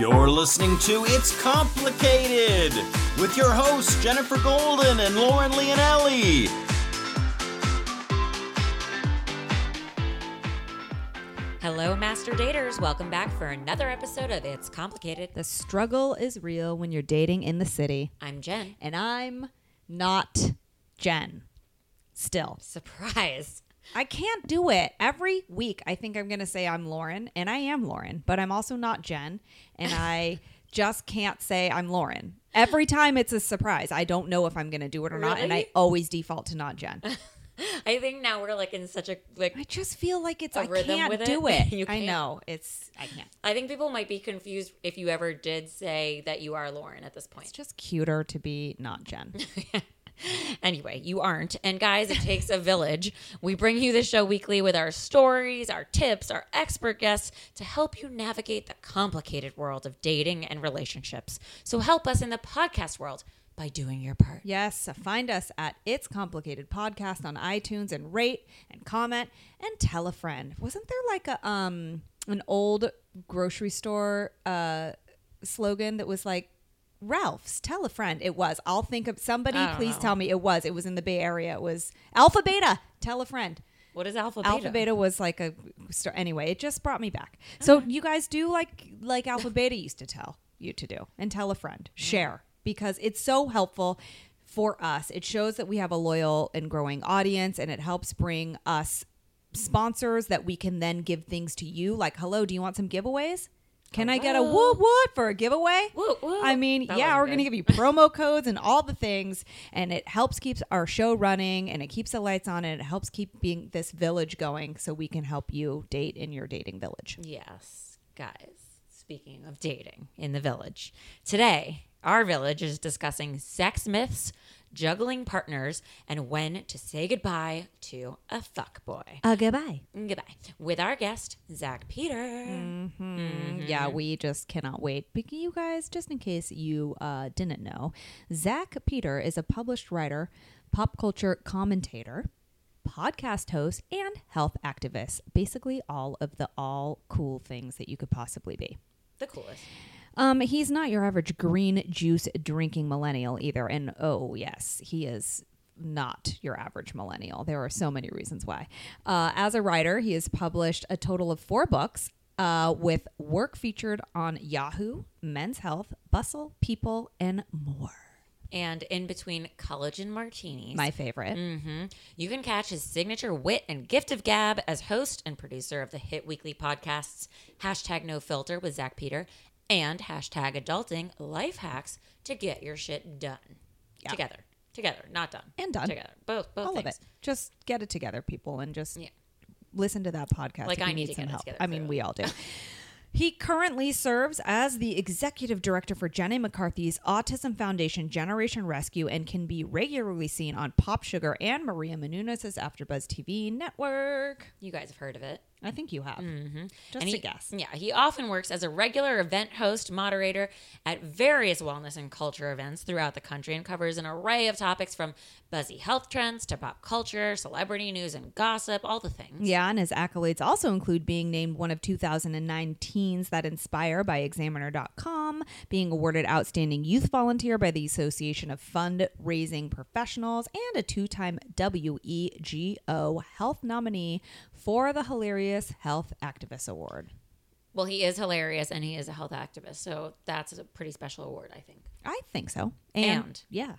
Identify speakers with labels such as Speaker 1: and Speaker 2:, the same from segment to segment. Speaker 1: listening to It's Complicated with your hosts, Jennifer Golden and Lauren Leonelli.
Speaker 2: Hello, Master Daters. Welcome back for another episode of It's Complicated.
Speaker 3: The struggle is real when you're dating in the city.
Speaker 2: I'm Jen.
Speaker 3: And I'm not Jen. Still.
Speaker 2: Surprise.
Speaker 3: I can't do it. Every week I think I'm going to say I'm Lauren and I am Lauren, but I'm also not Jen and I just can't say I'm Lauren. Every time it's a surprise. I don't know if I'm going to do it or not and I
Speaker 2: Really?
Speaker 3: always default to not Jen.
Speaker 2: I think now we're like in such a like
Speaker 3: I just feel like it's
Speaker 2: A
Speaker 3: I
Speaker 2: rhythm
Speaker 3: can't
Speaker 2: with
Speaker 3: do
Speaker 2: it?
Speaker 3: it.
Speaker 2: You
Speaker 3: I
Speaker 2: can't.
Speaker 3: know. It's I can't.
Speaker 2: I think people might be confused if you ever did say that you are Lauren at this
Speaker 3: It's
Speaker 2: point.
Speaker 3: just cuter to be not Jen.
Speaker 2: Anyway, you aren't. And guys, it takes a village. We bring you the show weekly with our stories, our tips, our expert guests to help you navigate the complicated world of dating and relationships. So help us in the podcast world by doing your part.
Speaker 3: Yes, find us at It's Complicated Podcast on iTunes and rate and comment and tell a friend. Wasn't there like a um an old grocery store uh slogan that was like Ralph's tell a friend. It was. I'll think of somebody
Speaker 2: I don't
Speaker 3: please
Speaker 2: know.
Speaker 3: tell me it was. It was in the Bay Area. It was Alpha Beta. Tell a friend.
Speaker 2: What is alpha beta?
Speaker 3: Alpha Beta was like a store. Anyway, it just brought me back. So you guys do like like Alpha Beta used to tell you to do, and tell a friend, share because it's so helpful for us. It shows that we have a loyal and growing audience, and it helps bring us sponsors that we can then give things to you. Like, hello, do you want some giveaways? Can I get a
Speaker 2: Hello?
Speaker 3: woot woot for a giveaway?
Speaker 2: Woot woot.
Speaker 3: I mean,
Speaker 2: That
Speaker 3: yeah,
Speaker 2: wasn't
Speaker 3: we're gonna
Speaker 2: good.
Speaker 3: give give you promo codes and all the things and it helps keeps our show running and it keeps the lights on and it helps keep being this village going so we can help you date in your dating village
Speaker 2: Yes, guys. Speaking of dating in the village, today our village is discussing sex myths, juggling partners, and when to say goodbye to a fuck boy.
Speaker 3: uh goodbye
Speaker 2: Goodbye. With our guest, Zach Peter.
Speaker 3: Mm-hmm. yeah we just cannot wait but you guys just in case you uh, didn't know zach peter is a published writer pop culture commentator podcast host and health activist basically all of the all cool things that you could possibly be
Speaker 2: The coolest.
Speaker 3: Um, he's not your average green juice drinking millennial either. And oh, yes, he is not your average millennial. There are so many reasons why. Uh, as a writer, he has published a total of four books. Uh, with work featured on Yahoo, Men's Health, Bustle, People, and more.
Speaker 2: And in between college and martinis,
Speaker 3: My favorite.
Speaker 2: hmm You can catch his signature wit and gift of gab as host and producer of the hit weekly podcasts hashtag no filter with Zach Peter and hashtag adulting life hacks to get your shit done. Together. Together. Not done.
Speaker 3: And done.
Speaker 2: Together. Both both
Speaker 3: All
Speaker 2: things.
Speaker 3: of it. Just get it together, people, and just
Speaker 2: Yeah.
Speaker 3: listen to that podcast.
Speaker 2: Like,
Speaker 3: if you
Speaker 2: I need to
Speaker 3: some
Speaker 2: get it
Speaker 3: help.
Speaker 2: together,
Speaker 3: I mean,
Speaker 2: clearly.
Speaker 3: we all do. He currently serves as the executive director for Jenny McCarthy's Autism Foundation Generation Rescue and can be regularly seen on Pop Sugar and Maria Menounos' AfterBuzz TV network.
Speaker 2: You guys have heard of it.
Speaker 3: I think you have. Mm-hmm. Just
Speaker 2: And
Speaker 3: a
Speaker 2: he-
Speaker 3: guess.
Speaker 2: Yeah, he often works as a regular event host, moderator at various wellness and culture events throughout the country and covers an array of topics from buzzy health trends to pop culture, celebrity news and gossip, all the things.
Speaker 3: Yeah, and his accolades also include being named one of 2009 Teens That Inspire by Examiner.com, being awarded Outstanding Youth Volunteer by the Association of Fundraising Professionals, and a two time WEGO Health nominee for the Hilarious Health Activist Award.
Speaker 2: Well, he is hilarious and he is a health activist, so that's a pretty special award, I think.
Speaker 3: I think so.
Speaker 2: And-
Speaker 3: yeah.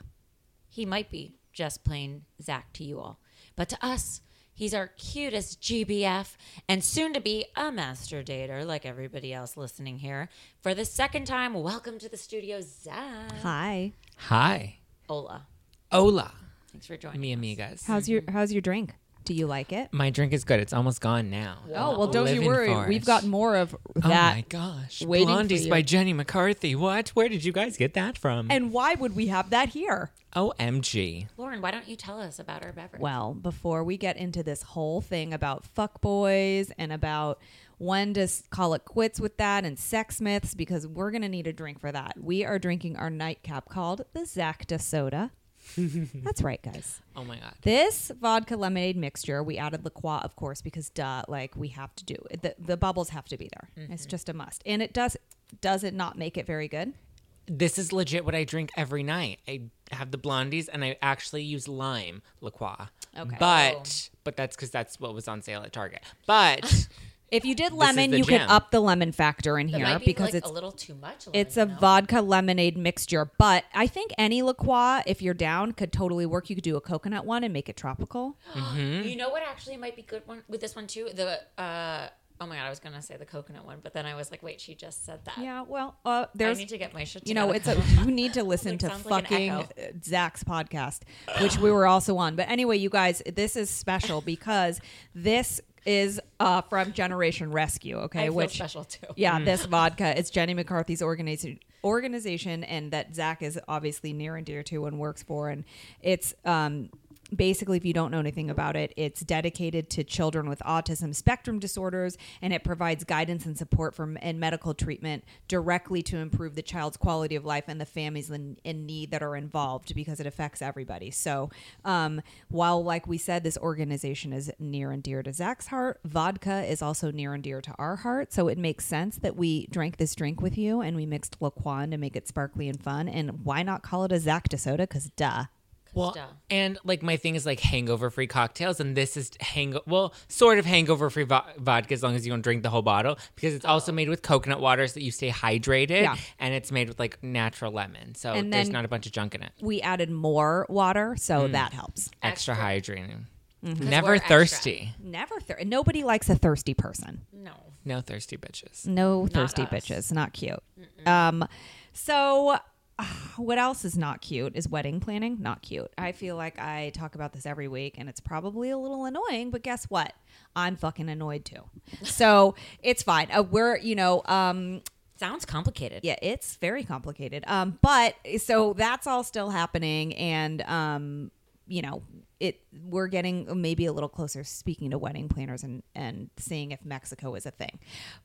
Speaker 2: He might be just plain Zach to you all, but to us, he's our cutest GBF and soon to be a master dater, like everybody else listening here. For the second time, welcome to the studio, Zach.
Speaker 3: Hi.
Speaker 4: Hi.
Speaker 2: Ola,
Speaker 4: Hola.
Speaker 2: thanks for joining
Speaker 4: Me
Speaker 2: me.
Speaker 4: and me, guys.
Speaker 3: How's your how's your drink? Do you like it?
Speaker 4: My drink is good. It's almost gone now.
Speaker 3: Oh, well, don't you
Speaker 4: Living
Speaker 3: worry.
Speaker 4: for
Speaker 3: We've
Speaker 4: it.
Speaker 3: got more of
Speaker 4: Oh
Speaker 3: that.
Speaker 4: my gosh.
Speaker 3: waiting for
Speaker 4: Blondies
Speaker 3: you.
Speaker 4: by Jenny McCarthy. What? Where did you guys get that from?
Speaker 3: and why would we have that here?
Speaker 4: OMG.
Speaker 2: Lauren, why don't you tell us about our beverage?
Speaker 3: Well, before we get into this whole thing about fuckboys and about when to s- call it quits with that and sex myths, because we're going to need a drink for that. We are drinking our nightcap called the Zacta Soda. That's right, guys.
Speaker 4: Oh my god.
Speaker 3: This vodka lemonade mixture, we added La Croix, of
Speaker 2: Mm-hmm.
Speaker 3: course, because duh, like we have to do it. The, the bubbles have to be there. It's just a must. And it does does it not make it very good?
Speaker 4: This is legit what I drink every night. I have the blondies and I actually use lime liqueur.
Speaker 3: Okay.
Speaker 4: But but that's because that's what was on sale at Target. But
Speaker 3: If you did
Speaker 4: is
Speaker 3: lemon,
Speaker 4: the
Speaker 3: you could
Speaker 4: gem.
Speaker 3: up the lemon factor in here
Speaker 2: might be
Speaker 3: because
Speaker 2: like
Speaker 3: it's
Speaker 2: a little too much. lemon,
Speaker 3: It's a
Speaker 2: no?
Speaker 3: vodka lemonade mixture, but I think any liqueur, if you're down, could totally work. You could do a coconut one and make it tropical.
Speaker 2: You know what actually might be good one with this one too? The uh oh my god, I was gonna say the coconut one, but then I was like, wait, she just said that.
Speaker 3: Yeah, well, uh,
Speaker 2: I
Speaker 3: there's
Speaker 2: need to get my shit
Speaker 3: you know,
Speaker 2: together.
Speaker 3: it's a you need to listen
Speaker 2: Like,
Speaker 3: to
Speaker 2: sounds like an
Speaker 3: fucking
Speaker 2: echo.
Speaker 3: uh, Zach's podcast, which we were also on. But anyway, you guys, this is special because this is uh, from Generation Rescue. Okay,
Speaker 2: I feel
Speaker 3: which
Speaker 2: special too.
Speaker 3: Yeah, this vodka. It's Jenny McCarthy's organization organization and that Zach is obviously near and dear to and works for and it's um basically if you don't know anything about it it's dedicated to children with autism spectrum disorders and it provides guidance and support from and medical treatment directly to improve the child's quality of life and the families in, in need that are involved because it affects everybody so um, while like we said this organization is near and dear to zach's heart vodka is also near and dear to our heart so it makes sense that we drank this drink with you and we mixed laquan to make it sparkly and fun and why not call it a zach DeSoda? because duh
Speaker 4: well,
Speaker 2: duh.
Speaker 4: and like my thing is like hangover-free cocktails, and this is hang well, sort of hangover-free vo- vodka as long as you don't drink the whole bottle because it's also made with coconut water so that you stay hydrated,
Speaker 3: Oh. Yeah.
Speaker 4: and it's made with like natural lemon, so
Speaker 3: And
Speaker 4: there's
Speaker 3: then-
Speaker 4: not a bunch of junk in it.
Speaker 3: we added more water so that helps
Speaker 4: Extra, hydrating.
Speaker 3: Mm-hmm.
Speaker 2: we're
Speaker 4: Never
Speaker 2: extra.
Speaker 4: thirsty.
Speaker 3: never thir- nobody likes a thirsty person
Speaker 2: no.
Speaker 4: No thirsty bitches.
Speaker 3: No thirsty
Speaker 2: us.
Speaker 3: bitches. Not cute. Um, so ah, what else is not cute is wedding planning. Not cute. I feel like I talk about this every week and it's probably a little annoying, but guess what? I'm fucking annoyed too. So it's fine. Uh, we're, you know, um,
Speaker 2: Sounds complicated.
Speaker 3: yeah, it's very complicated. Um, but so that's all still happening, and um, you know, it we're getting maybe a little closer speaking to wedding planners and and seeing if Mexico is a thing.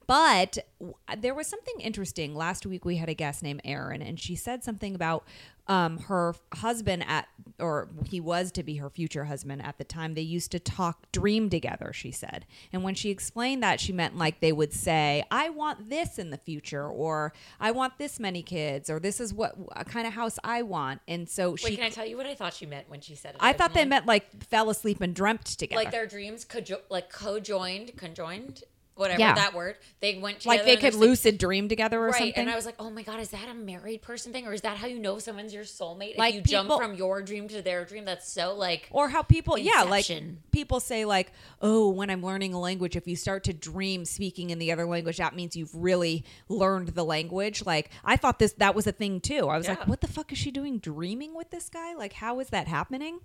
Speaker 3: But w- there was something interesting last week. We had a guest named Erin, and she said something about um, her husband at or he was to be her future husband at the time they used to talk dream together she said and when she explained that she meant like they would say i want this in the future or i want this many kids or this is what kind of house i want and so
Speaker 2: Wait,
Speaker 3: she
Speaker 2: can I tell you what I thought she meant when she said it?
Speaker 3: i thought they
Speaker 2: originally?
Speaker 3: meant like fell asleep and dreamt together
Speaker 2: like their dreams cojo- like co-joined, conjoined, whatever
Speaker 3: Yeah.
Speaker 2: that word. They went together
Speaker 3: like they
Speaker 2: and
Speaker 3: could
Speaker 2: it's like-
Speaker 3: lucid dream together or
Speaker 2: Right,
Speaker 3: something
Speaker 2: and I was like, "Oh my god, is that a married person thing, or is that how you know someone's your soulmate?
Speaker 3: Like
Speaker 2: if you
Speaker 3: people-
Speaker 2: jump from your dream to their dream, that's so like
Speaker 3: or how people yeah like
Speaker 2: Inception.
Speaker 3: people say like oh when i'm learning a language if you start to dream speaking in the other language that means you've really learned the language like i thought this that was a thing too i was
Speaker 2: Yeah.
Speaker 3: like what the fuck is she doing dreaming with this guy like how is that happening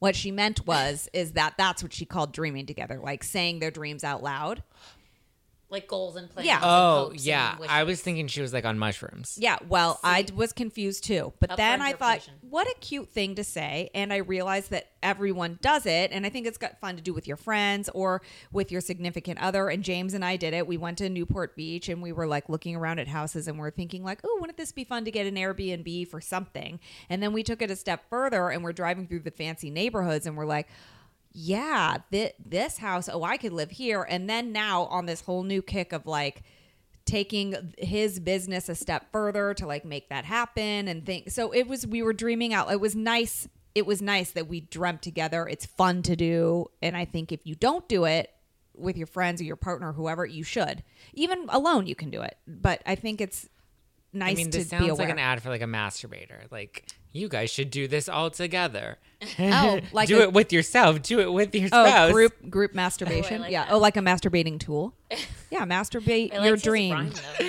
Speaker 3: what she meant was is that that's what she called dreaming together like saying their dreams out loud
Speaker 2: like goals and plans.
Speaker 3: Yeah.
Speaker 2: and
Speaker 4: Oh
Speaker 2: hopes and
Speaker 4: yeah,
Speaker 2: wishes.
Speaker 4: I was thinking she was like on mushrooms.
Speaker 3: Yeah, well, I d- was confused too. But
Speaker 2: Up for
Speaker 3: then I thought,
Speaker 2: interpretation.
Speaker 3: what a cute thing to say. And I realized that everyone does it. And I think it's got fun to do with your friends or with your significant other. And James and I did it. We went to Newport Beach and we were like looking around at houses and we're thinking, like, oh, wouldn't this be fun to get an Airbnb for something? And then we took it a step further and we're driving through the fancy neighborhoods and we're like, yeah, thi- this house, oh, I could live here. And then now on this whole new kick of like, taking his business a step further to like make that happen and think so it was we were dreaming out it was nice it was nice that we dreamt together it's fun to do and i think if you don't do it with your friends or your partner whoever you should even alone you can do it but i think it's nice
Speaker 4: I mean,
Speaker 3: to
Speaker 4: this
Speaker 3: be
Speaker 4: sounds
Speaker 3: aware
Speaker 4: like an ad for like a masturbator. Like you guys should do this all together.
Speaker 3: oh like
Speaker 4: do
Speaker 3: a,
Speaker 4: it with yourself. Do it with your
Speaker 3: oh
Speaker 4: spouse.
Speaker 3: group group masturbation
Speaker 2: like
Speaker 3: yeah
Speaker 2: that.
Speaker 3: oh like a masturbating tool yeah masturbate
Speaker 2: I
Speaker 3: your
Speaker 2: liked his rhyme,
Speaker 3: dream
Speaker 2: though.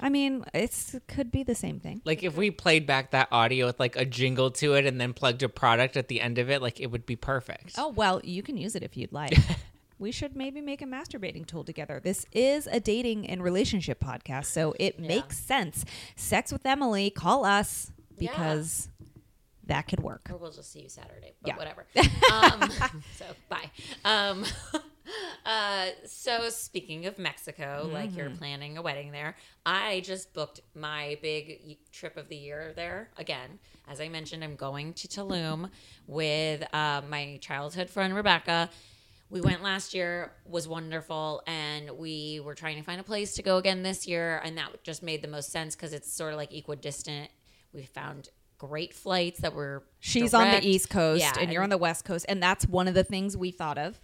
Speaker 3: i mean it's could be the same thing
Speaker 4: Like if we played back that audio with like a jingle to it and then plugged a product at the end of it, like it would be perfect.
Speaker 3: Oh, well, you can use it if you'd like. we should maybe make a masturbating tool together. This is a dating and relationship podcast, so it makes sense. Sex with Emily, call us
Speaker 2: Yeah.
Speaker 3: because that could work.
Speaker 2: or we'll just see you Saturday. But
Speaker 3: Yeah.
Speaker 2: whatever. Um, so bye. Um, uh, so speaking of Mexico, like
Speaker 3: Mm-hmm.
Speaker 2: you're planning a wedding there, I just booked my big y- trip of the year there again. As I mentioned, I'm going to Tulum with uh, my childhood friend Rebecca. We went last year, was wonderful, and we were trying to find a place to go again this year, and that just made the most sense because it's sort of like equidistant. We found great flights that were
Speaker 3: She's on
Speaker 2: direct.
Speaker 3: the East Coast
Speaker 2: Yeah,
Speaker 3: and you're on the West Coast, and that's one of the things we thought of.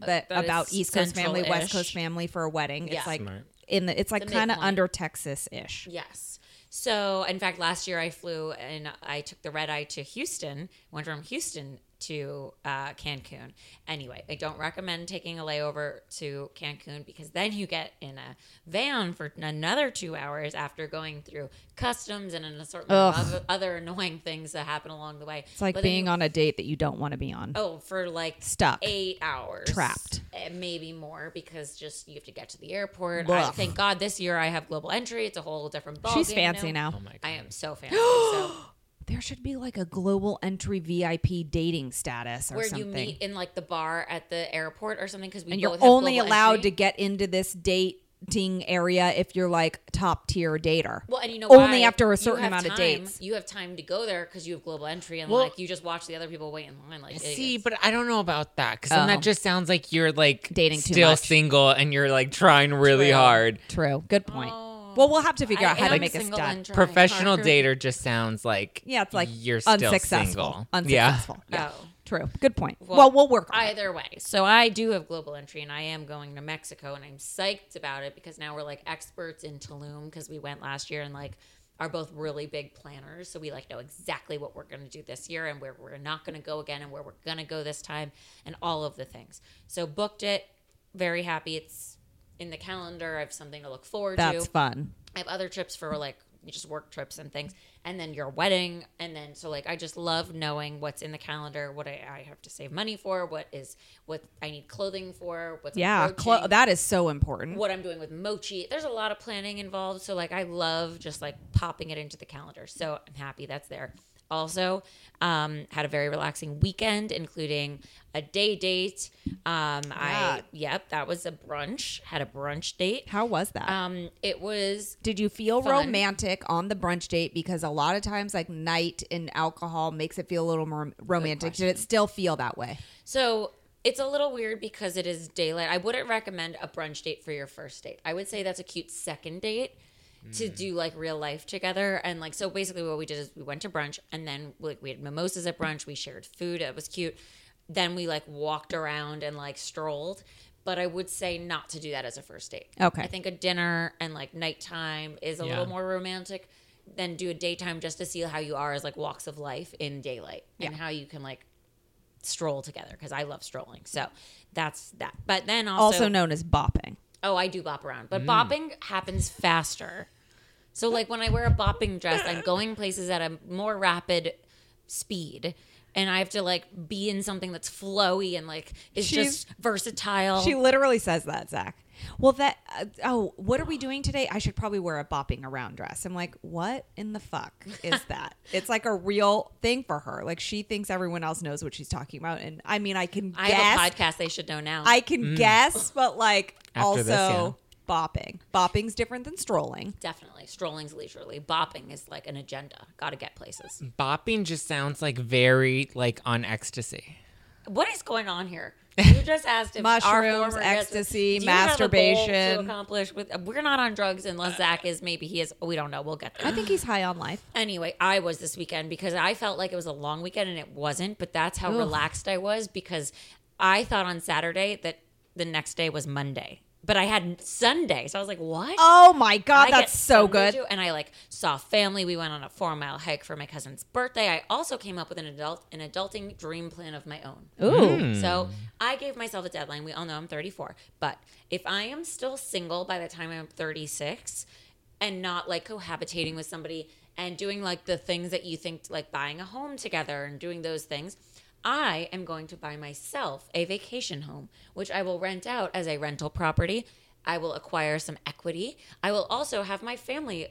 Speaker 3: That,
Speaker 2: Uh, that
Speaker 3: about
Speaker 2: is
Speaker 3: East Coast family, West
Speaker 2: central-ish.
Speaker 3: Coast family for a wedding.
Speaker 2: Yeah.
Speaker 3: It's like
Speaker 4: Smart.
Speaker 3: in the it's like
Speaker 2: The
Speaker 3: kind of
Speaker 2: midpoint.
Speaker 3: under Texas ish.
Speaker 2: Yes. So, in fact, last year I flew and I took the red eye to Houston, went from Houston to uh, Cancun. Anyway, I don't recommend taking a layover to Cancun because then you get in a van for another two hours after going through customs and an assortment of
Speaker 3: Ugh.
Speaker 2: oth- other annoying things that happen along the way.
Speaker 3: It's like being on a date that you don't want to be on.
Speaker 2: Oh, for like
Speaker 3: Stuck.
Speaker 2: eight hours,
Speaker 3: Trapped.
Speaker 2: Eh, maybe more because just you have to get to the airport. I,
Speaker 3: Blah.
Speaker 2: thank God this year I have global entry. It's a whole different. Ball
Speaker 3: She's fancy now.
Speaker 4: Oh my god.
Speaker 2: I am so fancy. so
Speaker 3: There should be like a global entry VIP dating status or
Speaker 2: where
Speaker 3: something.
Speaker 2: you meet in like the bar at the airport or something because we
Speaker 3: and
Speaker 2: both
Speaker 3: you're
Speaker 2: have
Speaker 3: only
Speaker 2: global
Speaker 3: allowed
Speaker 2: entry.
Speaker 3: to get into this dating area if you're like top tier dater.
Speaker 2: Well, and you know
Speaker 3: only
Speaker 2: why?
Speaker 3: after a
Speaker 2: You
Speaker 3: certain
Speaker 2: have
Speaker 3: amount of
Speaker 2: time-
Speaker 3: dates.
Speaker 2: You have time to go there because you have global entry and
Speaker 4: Well-
Speaker 2: like you just watch the other people wait in line. Like
Speaker 4: See,
Speaker 2: idiots.
Speaker 4: but I don't know about that because then
Speaker 3: Oh.
Speaker 4: that just sounds like you're like
Speaker 3: Dating too
Speaker 4: still
Speaker 3: much.
Speaker 4: single and you're like trying really hard.
Speaker 3: True. Good point. Well, we'll have to figure
Speaker 2: Oh. I
Speaker 3: out how to
Speaker 2: am
Speaker 3: make a
Speaker 2: single
Speaker 3: stat.
Speaker 2: and trying
Speaker 4: Professional
Speaker 2: hard.
Speaker 4: dater just sounds like
Speaker 3: Yeah, it's like
Speaker 4: you're still
Speaker 3: unsuccessful.
Speaker 4: single.
Speaker 3: Unsuccessful. Yeah.
Speaker 2: Oh.
Speaker 3: True. Good point. Well,
Speaker 2: Well,
Speaker 3: we'll work on it.
Speaker 2: Either way, so I do have global entry, and I am going to Mexico, and I'm psyched about it because now we're like experts in Tulum because we went last year and like are both really big planners, so we like know exactly what we're going to do this year and where we're not going to go again and where we're going to go this time and all of the things. So booked it, very happy. It's in the calendar. I have something to look forward
Speaker 3: That's
Speaker 2: to.
Speaker 3: fun.
Speaker 2: I have other trips for like just work trips and things, and then your wedding, and then so like I just love knowing what's in the calendar, what I, I have to save money for, what is what I need clothing for, what's
Speaker 3: Yeah.
Speaker 2: approaching,
Speaker 3: Clo- that is so important.
Speaker 2: what I'm doing with mochi. There's a lot of planning involved, so like I love just like popping it into the calendar. So I'm happy that's there. Also, um, had a very relaxing weekend, including a day date. Um,
Speaker 3: Yeah.
Speaker 2: I yep, that was a brunch. Had a brunch date.
Speaker 3: How was that?
Speaker 2: Um, it was
Speaker 3: Did you feel
Speaker 2: Fun.
Speaker 3: romantic on the brunch date? Because a lot of times, like night and alcohol makes it feel a little more romantic. Did it still feel that way?
Speaker 2: So it's a little weird because it is daylight. I wouldn't recommend a brunch date for your first date. I would say that's a cute second date to do like real life together and like so basically what we did is we went to brunch and then like we had mimosas at brunch we shared food it was cute then we like walked around and like strolled but i would say not to do that as a first date
Speaker 3: Okay.
Speaker 2: i think a dinner and like nighttime is a
Speaker 4: Yeah.
Speaker 2: little more romantic than do a daytime just to see how you are as like walks of life in daylight and how you can like stroll together because I love strolling. So that's that. But then also,
Speaker 3: also known as bopping.
Speaker 2: oh, I do bop around, but bopping happens faster. So like when I wear a bopping dress, I'm going places at a more rapid speed. And I have to like be in something that's flowy and like is
Speaker 3: She's-
Speaker 2: just versatile.
Speaker 3: She literally says that, Zach. Well, that, uh, oh, what are we doing today? I should probably wear a bopping around dress. I'm like, what in the fuck is that? it's like a real thing for her. Like, she thinks everyone else knows what she's talking about. And I mean, I can
Speaker 2: I
Speaker 3: guess.
Speaker 2: have a podcast they should know now.
Speaker 3: I can guess, but like, also
Speaker 4: Mm. After this,
Speaker 3: bopping. Bopping's different than strolling.
Speaker 2: Definitely. Strolling's leisurely. Bopping is like an agenda. Gotta get places.
Speaker 4: Bopping just sounds like very like on ecstasy.
Speaker 2: What is going on here? You just asked if our
Speaker 3: Mushrooms,
Speaker 2: former guest-
Speaker 3: ecstasy,
Speaker 2: Do you have a goal
Speaker 3: masturbation. Uh,
Speaker 2: to accomplish with. We're not on drugs unless Zach is. Maybe he is. We don't know. We'll get there.
Speaker 3: I think he's high on life.
Speaker 2: Anyway, I was this weekend because I felt like it was a long weekend and it wasn't, but that's how relaxed I was because I thought on Saturday that the next day was Monday, but I had Sunday. So I was like, what?
Speaker 3: Oh my God,
Speaker 2: I get
Speaker 3: that's so
Speaker 2: Sunday
Speaker 3: good.
Speaker 2: too, and I like saw family. We went on a four mile hike for my cousin's birthday. I also came up with an adult an adulting dream plan of my own.
Speaker 3: Ooh.
Speaker 2: So I gave myself a deadline. We all know I'm 34, but if I am still single by the time I'm 36 and not like cohabitating with somebody and doing like the things that you think like buying a home together and doing those things, I am going to buy myself a vacation home, which I will rent out as a rental property. I will acquire some equity. I will also have my family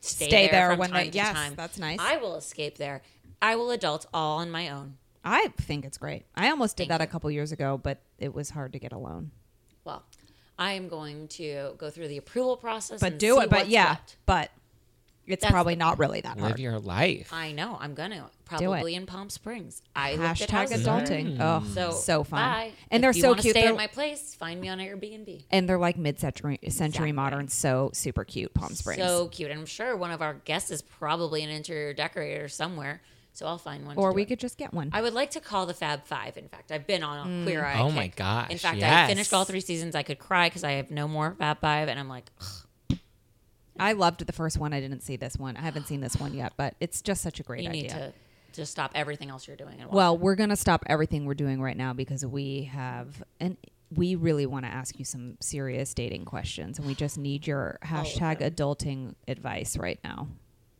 Speaker 2: stay,
Speaker 3: Stay
Speaker 2: there,
Speaker 3: there
Speaker 2: from
Speaker 3: when they-
Speaker 2: time to
Speaker 3: yes,
Speaker 2: time.
Speaker 3: that's nice.
Speaker 2: I will escape there. I will adult all on my own.
Speaker 3: I think it's great. I almost did that a couple years ago, but it was hard to get a loan.
Speaker 2: well, I am going to go through the approval process,
Speaker 3: But
Speaker 2: and
Speaker 3: do
Speaker 2: see
Speaker 3: it. But
Speaker 2: what's
Speaker 3: yeah,
Speaker 2: what.
Speaker 3: but it's
Speaker 2: That's
Speaker 3: probably not really that
Speaker 4: Live
Speaker 3: hard.
Speaker 4: your life.
Speaker 2: I know. I'm gonna probably in Palm Springs. I looked at
Speaker 3: Hashtag
Speaker 2: houses there.
Speaker 3: adulting. Oh,
Speaker 2: So
Speaker 3: so so fun.
Speaker 2: bye.
Speaker 3: And
Speaker 2: If
Speaker 3: they're
Speaker 2: you
Speaker 3: so
Speaker 2: wanna
Speaker 3: cute.
Speaker 2: Stay
Speaker 3: They're,
Speaker 2: at my place. Find me on Airbnb.
Speaker 3: and they're like mid-century century modern. So super cute. Palm Springs.
Speaker 2: So cute. And I'm sure one of our guests is probably an interior decorator somewhere. So I'll find one. to
Speaker 3: or
Speaker 2: do
Speaker 3: we
Speaker 2: it.
Speaker 3: could just get one.
Speaker 2: I would like to call the Fab Five. In fact, I've been on a
Speaker 3: Mm.
Speaker 2: Queer Eye.
Speaker 4: Oh
Speaker 2: kick.
Speaker 4: my gosh,
Speaker 2: In fact, I
Speaker 4: yes.
Speaker 2: finished all three seasons. I could cry because I have no more Fab Five, and I'm like, ugh,
Speaker 3: I loved the first one. I didn't see this one. I haven't seen this one yet, but it's just such a great
Speaker 2: you
Speaker 3: idea.
Speaker 2: need to just stop everything else you're doing. And watch.
Speaker 3: Well, we're going to stop everything we're doing right now because we have and we really want to ask you some serious dating questions and we just need your
Speaker 2: Oh,
Speaker 3: hashtag adulting advice right now.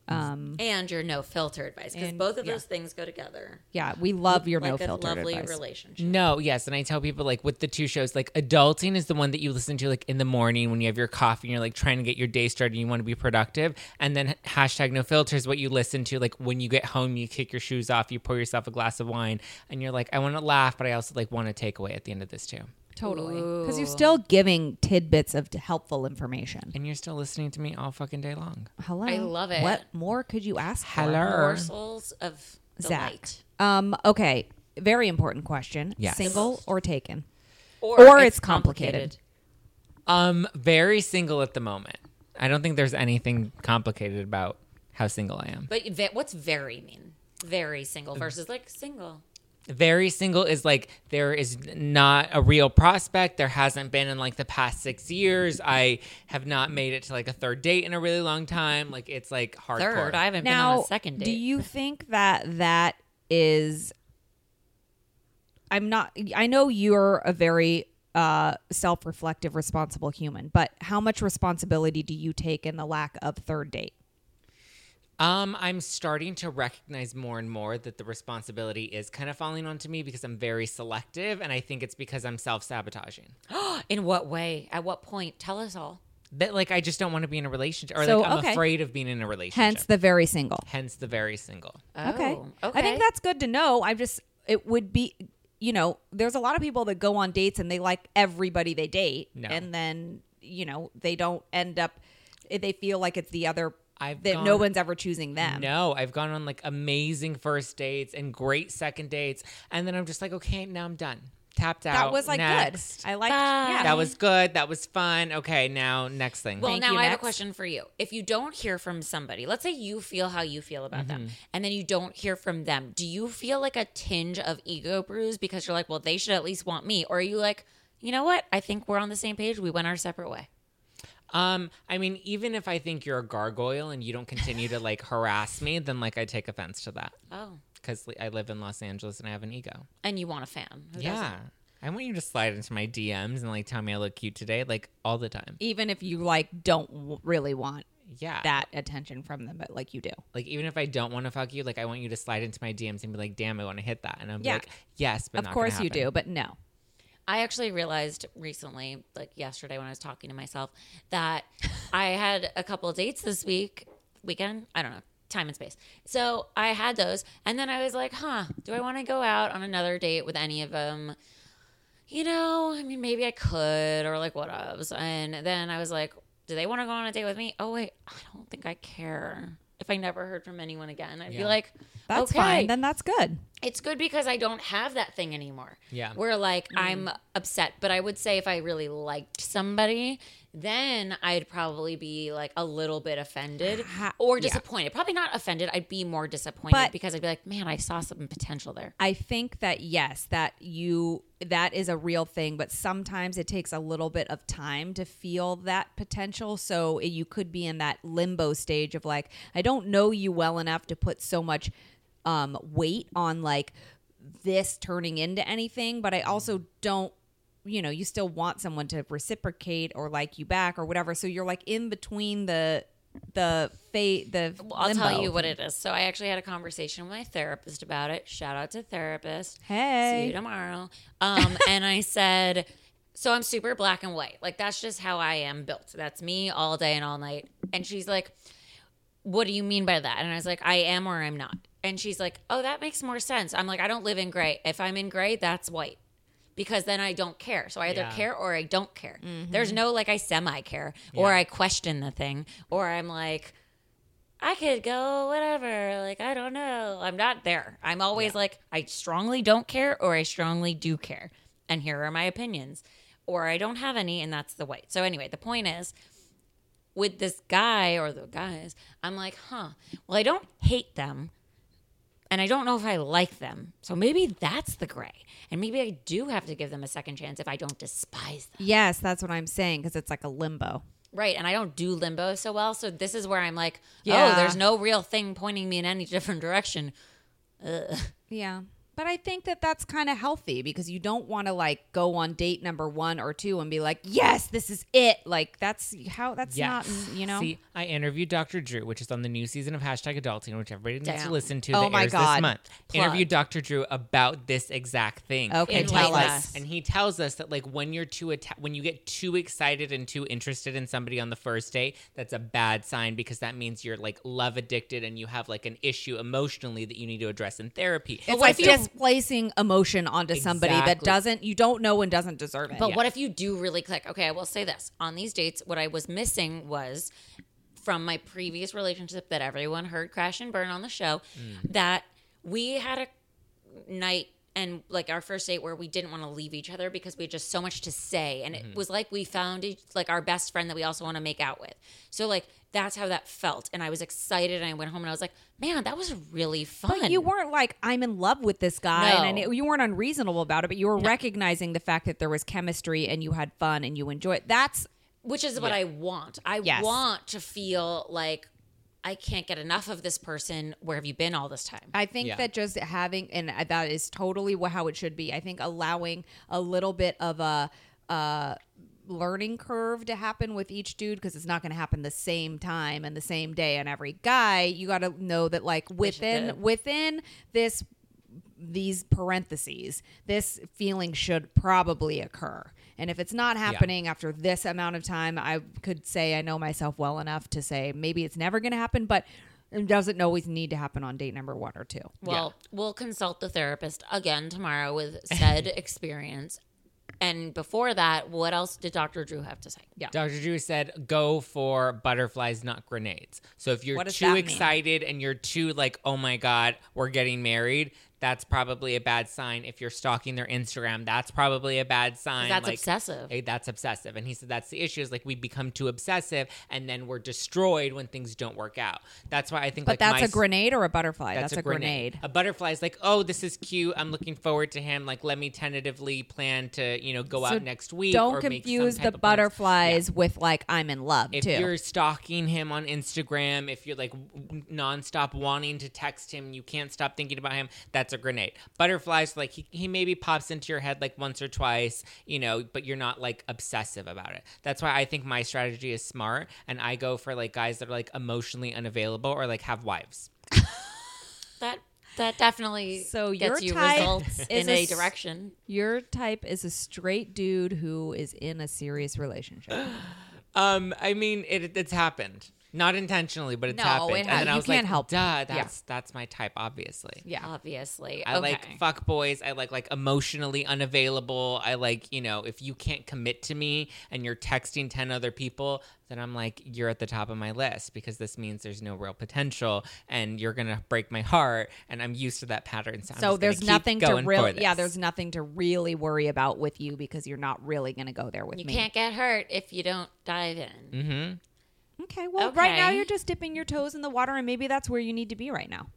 Speaker 2: and your no filter advice because
Speaker 3: And-
Speaker 2: both of
Speaker 3: yeah.
Speaker 2: those things go together.
Speaker 3: Yeah, we love your
Speaker 2: like
Speaker 3: no
Speaker 2: a
Speaker 3: filter
Speaker 2: lovely
Speaker 3: advice.
Speaker 2: relationship.
Speaker 4: No, yes, and I tell people like with the two shows, like adulting is the one that you listen to like in the morning when you have your coffee and you're like trying to get your day started and you want to be productive, and then hashtag no filter is what you listen to like when you get home, you kick your shoes off, you pour yourself a glass of wine, and you're like, I want to laugh, but I also like want to take away at the end of this too,
Speaker 3: Totally. Cuz you're
Speaker 2: Ooh.
Speaker 3: still giving tidbits of helpful information.
Speaker 4: and you're still listening to me all fucking day long.
Speaker 3: Hello.
Speaker 2: I love it.
Speaker 3: What more could you ask for?
Speaker 4: Hello.
Speaker 2: Morsels of
Speaker 3: Zach.
Speaker 2: delight.
Speaker 3: Um okay, very important question.
Speaker 4: Yes.
Speaker 3: Single or taken?
Speaker 2: Or,
Speaker 3: Or it's complicated.
Speaker 4: Um, very single at the moment. I don't think there's anything complicated about how single I am.
Speaker 2: But ve- what's very mean? Very single
Speaker 4: Mm.
Speaker 2: versus like single.
Speaker 4: very single is like there is not a real prospect there hasn't been in like the past six years i have not made it to like a third date in a really long time like it's like hardcore
Speaker 2: Third, I haven't
Speaker 3: now,
Speaker 2: been on a second date.
Speaker 3: Do you think that that is? I'm not. I know you're a very uh, self-reflective, responsible human, but how much responsibility do you take in the lack of third date?
Speaker 4: Um, I'm starting to recognize more and more that the responsibility is kind of falling onto me because I'm very selective, and I think it's because I'm self sabotaging.
Speaker 2: In what way? At what point? Tell us all.
Speaker 4: That like I just don't want to be in a relationship, or
Speaker 3: So,
Speaker 4: like I'm
Speaker 3: okay.
Speaker 4: afraid of being in a relationship.
Speaker 3: Hence the very single.
Speaker 4: hence the very single.
Speaker 3: okay.
Speaker 2: Oh,
Speaker 3: I think that's good to know. I just it would be. You know, there's a lot of people that go on dates and they like everybody they date,
Speaker 4: No.
Speaker 3: and then you know they don't end up. eh, They feel like it's the other
Speaker 4: I've
Speaker 3: that no
Speaker 4: gone-
Speaker 3: one's ever choosing them.
Speaker 4: No, I've gone on like amazing first dates and great second dates, and then I'm just like, okay, now I'm done. Tapped out.
Speaker 3: That was like
Speaker 4: next.
Speaker 3: good. I liked.
Speaker 2: Bye.
Speaker 3: Yeah.
Speaker 4: That was good. That was fun. Okay, now next thing.
Speaker 2: Well,
Speaker 3: Thank
Speaker 2: now
Speaker 3: you,
Speaker 2: I have a
Speaker 3: next.
Speaker 2: question for you. If you don't hear from somebody, let's say you feel how you feel about them, and then you don't hear from them, do you feel like a tinge of ego bruise because you're like, well, they should at least want me? Or are you like, you know what? I think we're on the same page. We went our separate way.
Speaker 4: um, I mean, even if I think you're a gargoyle and you don't continue to like harass me, then like I take offense to that
Speaker 2: Oh.
Speaker 4: because I live in Los Angeles and I have an ego.
Speaker 2: And you want a fan. Who doesn't?
Speaker 4: Yeah. I want you to slide into my DMs and like tell me I look cute today, like all the time.
Speaker 3: even if you like don't w- really want
Speaker 4: Yeah.
Speaker 3: that attention from them, but like you do.
Speaker 4: like even if I don't want to fuck you, like I want you to slide into my DMs and be like, "Damn, I want to hit that," and I'm
Speaker 3: Yeah.
Speaker 4: like, "Yes, but
Speaker 3: Of course you do, but no.
Speaker 2: I actually realized recently, like yesterday when I was talking to myself, that I had a couple of dates this week, weekend, I don't know, time and space. So I had those. And then I was like, huh, do I want to go out on another date with any of them? You know, I mean, maybe I could or like what else. And then I was like, do they want to go on a date with me? Oh, wait, I don't think I care. If I never heard from anyone again, I'd be
Speaker 4: Yeah.
Speaker 2: like,
Speaker 3: That's
Speaker 2: okay
Speaker 3: fine. Then that's good.
Speaker 2: it's good because I don't have that thing anymore.
Speaker 4: Yeah.
Speaker 2: Where like
Speaker 3: Mm.
Speaker 2: I'm upset, but I would say if I really liked somebody, then I'd probably be like a little bit offended
Speaker 3: Ha-
Speaker 2: or
Speaker 3: yeah.
Speaker 2: disappointed. Probably not offended. I'd be more disappointed
Speaker 3: But-
Speaker 2: because I'd be like, man, I saw some potential there.
Speaker 3: I think that yes, that you that is a real thing, but sometimes it takes a little bit of time to feel that potential. So eh, you could be in that limbo stage of like, I don't know you well enough to put so much um, weight on like this turning into anything, but I also don't you know you still want someone to reciprocate or like you back or whatever so you're like in between the the fate the
Speaker 2: Well, I'll tell
Speaker 3: limbo.
Speaker 2: you what it is. So I actually had a conversation with my therapist about it. Shout out to therapist. See
Speaker 3: Hey.
Speaker 2: you tomorrow. Um, and I said, so I'm super black and white. Like that's just how I am built. That's me all day and all night. And she's like, what do you mean by that? And I was like, I am or I'm not. And she's like, oh, that makes more sense. I'm like, I don't live in gray. If I'm in gray, that's white. Because then I don't care. So I either
Speaker 4: Yeah. Mm-hmm.
Speaker 2: care or I don't care. There's no like I semi care or
Speaker 4: Yeah.
Speaker 2: I question the thing or I'm like, I could go whatever. Like, I don't know. I'm not there. I'm always like, I strongly don't care or I strongly do care. And here are my opinions. Or I don't have any, and that's the white. So, anyway, the point is with this guy or the guys, I'm like, huh. Well, I don't hate them. And I don't know if I like them. So maybe that's the gray. And maybe I do have to give them a second chance if I don't despise them.
Speaker 3: Yes, that's what I'm saying because it's like a limbo.
Speaker 2: Right. And I don't do limbo so well. So this is where I'm like,
Speaker 3: Yeah.
Speaker 2: oh, there's no real thing pointing me in any different direction.
Speaker 3: Yeah. But I think that that's kind of healthy because you don't want to like go on date number one or two and be like, yes, this is it. Like that's how that's
Speaker 4: Yes.
Speaker 3: not, mm, you know.
Speaker 4: See, I interviewed Dr. Drew, which is on the new season of hashtag adulting, which everybody needs
Speaker 2: Damn.
Speaker 4: to listen to.
Speaker 3: Oh
Speaker 4: that
Speaker 3: my
Speaker 4: airs
Speaker 3: God.
Speaker 4: This month.
Speaker 2: Plug.
Speaker 4: Interviewed Dr. Drew about this exact thing.
Speaker 3: Okay,
Speaker 4: and
Speaker 2: tell
Speaker 4: he-
Speaker 2: us.
Speaker 4: And he tells us that like when you're too atta- when you get too excited and too interested in somebody on the first date, that's a bad sign because that means you're like love addicted and you have like an issue emotionally that you need to address in therapy.
Speaker 3: it's
Speaker 2: what
Speaker 3: like
Speaker 2: if you-
Speaker 3: displacing emotion onto somebody that
Speaker 4: Exactly.
Speaker 3: doesn't, you don't know and doesn't deserve it.
Speaker 2: But what if you do really click? Okay, I will say this. On these dates, what I was missing was from my previous relationship that everyone heard crash and burn on the show
Speaker 3: Mm.
Speaker 2: that we had a night and like our first date where we didn't want to leave each other because we had just so much to say and
Speaker 3: Mm-hmm.
Speaker 2: it was like we found each, like our best friend that we also want to make out with. So like that's how that felt and I was excited and I went home and I was like, "Man, that was really fun."
Speaker 3: But you weren't like I'm in love with this guy, and I
Speaker 2: No.
Speaker 3: knew- you weren't unreasonable about it. But you were recognizing the fact that there was chemistry, and you had fun, and you enjoyed. That's
Speaker 2: which is what I want. I
Speaker 3: Yes.
Speaker 2: want to feel like I can't get enough of this person. Where have you been all this time?
Speaker 3: I think
Speaker 4: Yeah.
Speaker 3: that just having and that is totally wha- how it should be. I think allowing a little bit of a uh, learning curve to happen with each dude because it's not going to happen the same time and the same day on every guy. You got to know that like within
Speaker 2: did.
Speaker 3: within this these parentheses, this feeling should probably occur. And if it's not happening after this amount of time, I could say I know myself well enough to say maybe it's never going to happen, but it doesn't always need to happen on date number one or two.
Speaker 2: well, we'll consult the therapist again tomorrow with said experience. And before that, what else did Dr. Drew have to say?
Speaker 3: Yeah.
Speaker 4: Dr. Drew said, go for butterflies, not grenades. So if you're
Speaker 3: What does
Speaker 4: too
Speaker 3: that mean?
Speaker 4: excited and you're too like, oh my God, we're getting married, that's probably a bad sign. If you're stalking their Instagram, that's probably a bad sign.
Speaker 2: That's
Speaker 4: Like,
Speaker 2: obsessive.
Speaker 4: eh, that's obsessive. And he said that's the issue is like we become too obsessive and then we're destroyed when things don't work out. That's why I think
Speaker 3: But
Speaker 4: like
Speaker 3: that's
Speaker 4: my
Speaker 3: a grenade or a butterfly. That's, a grenade.
Speaker 4: A butterfly is like, oh, this is cute. I'm looking forward to him. Like, let me tentatively plan to, you know, go
Speaker 3: So
Speaker 4: out next week.
Speaker 3: Don't
Speaker 4: or make some
Speaker 3: confuse the
Speaker 4: type of plans. Yeah
Speaker 3: butterflies with like I'm in love
Speaker 4: if
Speaker 3: too.
Speaker 4: you're stalking him on Instagram, if you're like w- nonstop wanting to text him, you can't stop thinking about him. That's a grenade. Butterflies, like he, he maybe pops into your head like once or twice, you know, but you're not like obsessive about it. That's why I think my strategy is smart, and I go for like guys that are like emotionally unavailable or like have wives.
Speaker 2: That that definitely
Speaker 3: So your
Speaker 2: gets you
Speaker 3: type
Speaker 2: results
Speaker 3: is
Speaker 2: in
Speaker 3: a
Speaker 2: a
Speaker 3: s-
Speaker 2: direction.
Speaker 3: Your type is a straight dude who is in a serious relationship.
Speaker 4: Um, I mean, it, it's happened. Not intentionally, but it's
Speaker 3: No, it
Speaker 4: happened. and
Speaker 3: has-
Speaker 4: then I
Speaker 3: you
Speaker 4: was
Speaker 3: can't
Speaker 4: like,
Speaker 3: help.
Speaker 4: duh, that's that's my type, obviously.
Speaker 3: yeah.
Speaker 2: Obviously. Oh,
Speaker 4: I
Speaker 2: Okay.
Speaker 4: like fuck boys. I like like emotionally unavailable. I like you know if you can't commit to me and you're texting ten other people, then I'm like you're at the top of my list because this means there's no real potential and you're gonna break my heart and I'm used to that pattern. So, I'm just
Speaker 3: So
Speaker 4: gonna
Speaker 3: there's
Speaker 4: keep
Speaker 3: nothing to
Speaker 4: going for
Speaker 3: really
Speaker 4: this.
Speaker 3: yeah, there's nothing to really worry about with you because you're not really going to go there with
Speaker 2: You
Speaker 3: me.
Speaker 2: can't get hurt if you don't dive in.
Speaker 3: Okay, well right now
Speaker 2: Okay.
Speaker 3: you're just dipping your toes in the water and maybe that's where you need to be right now.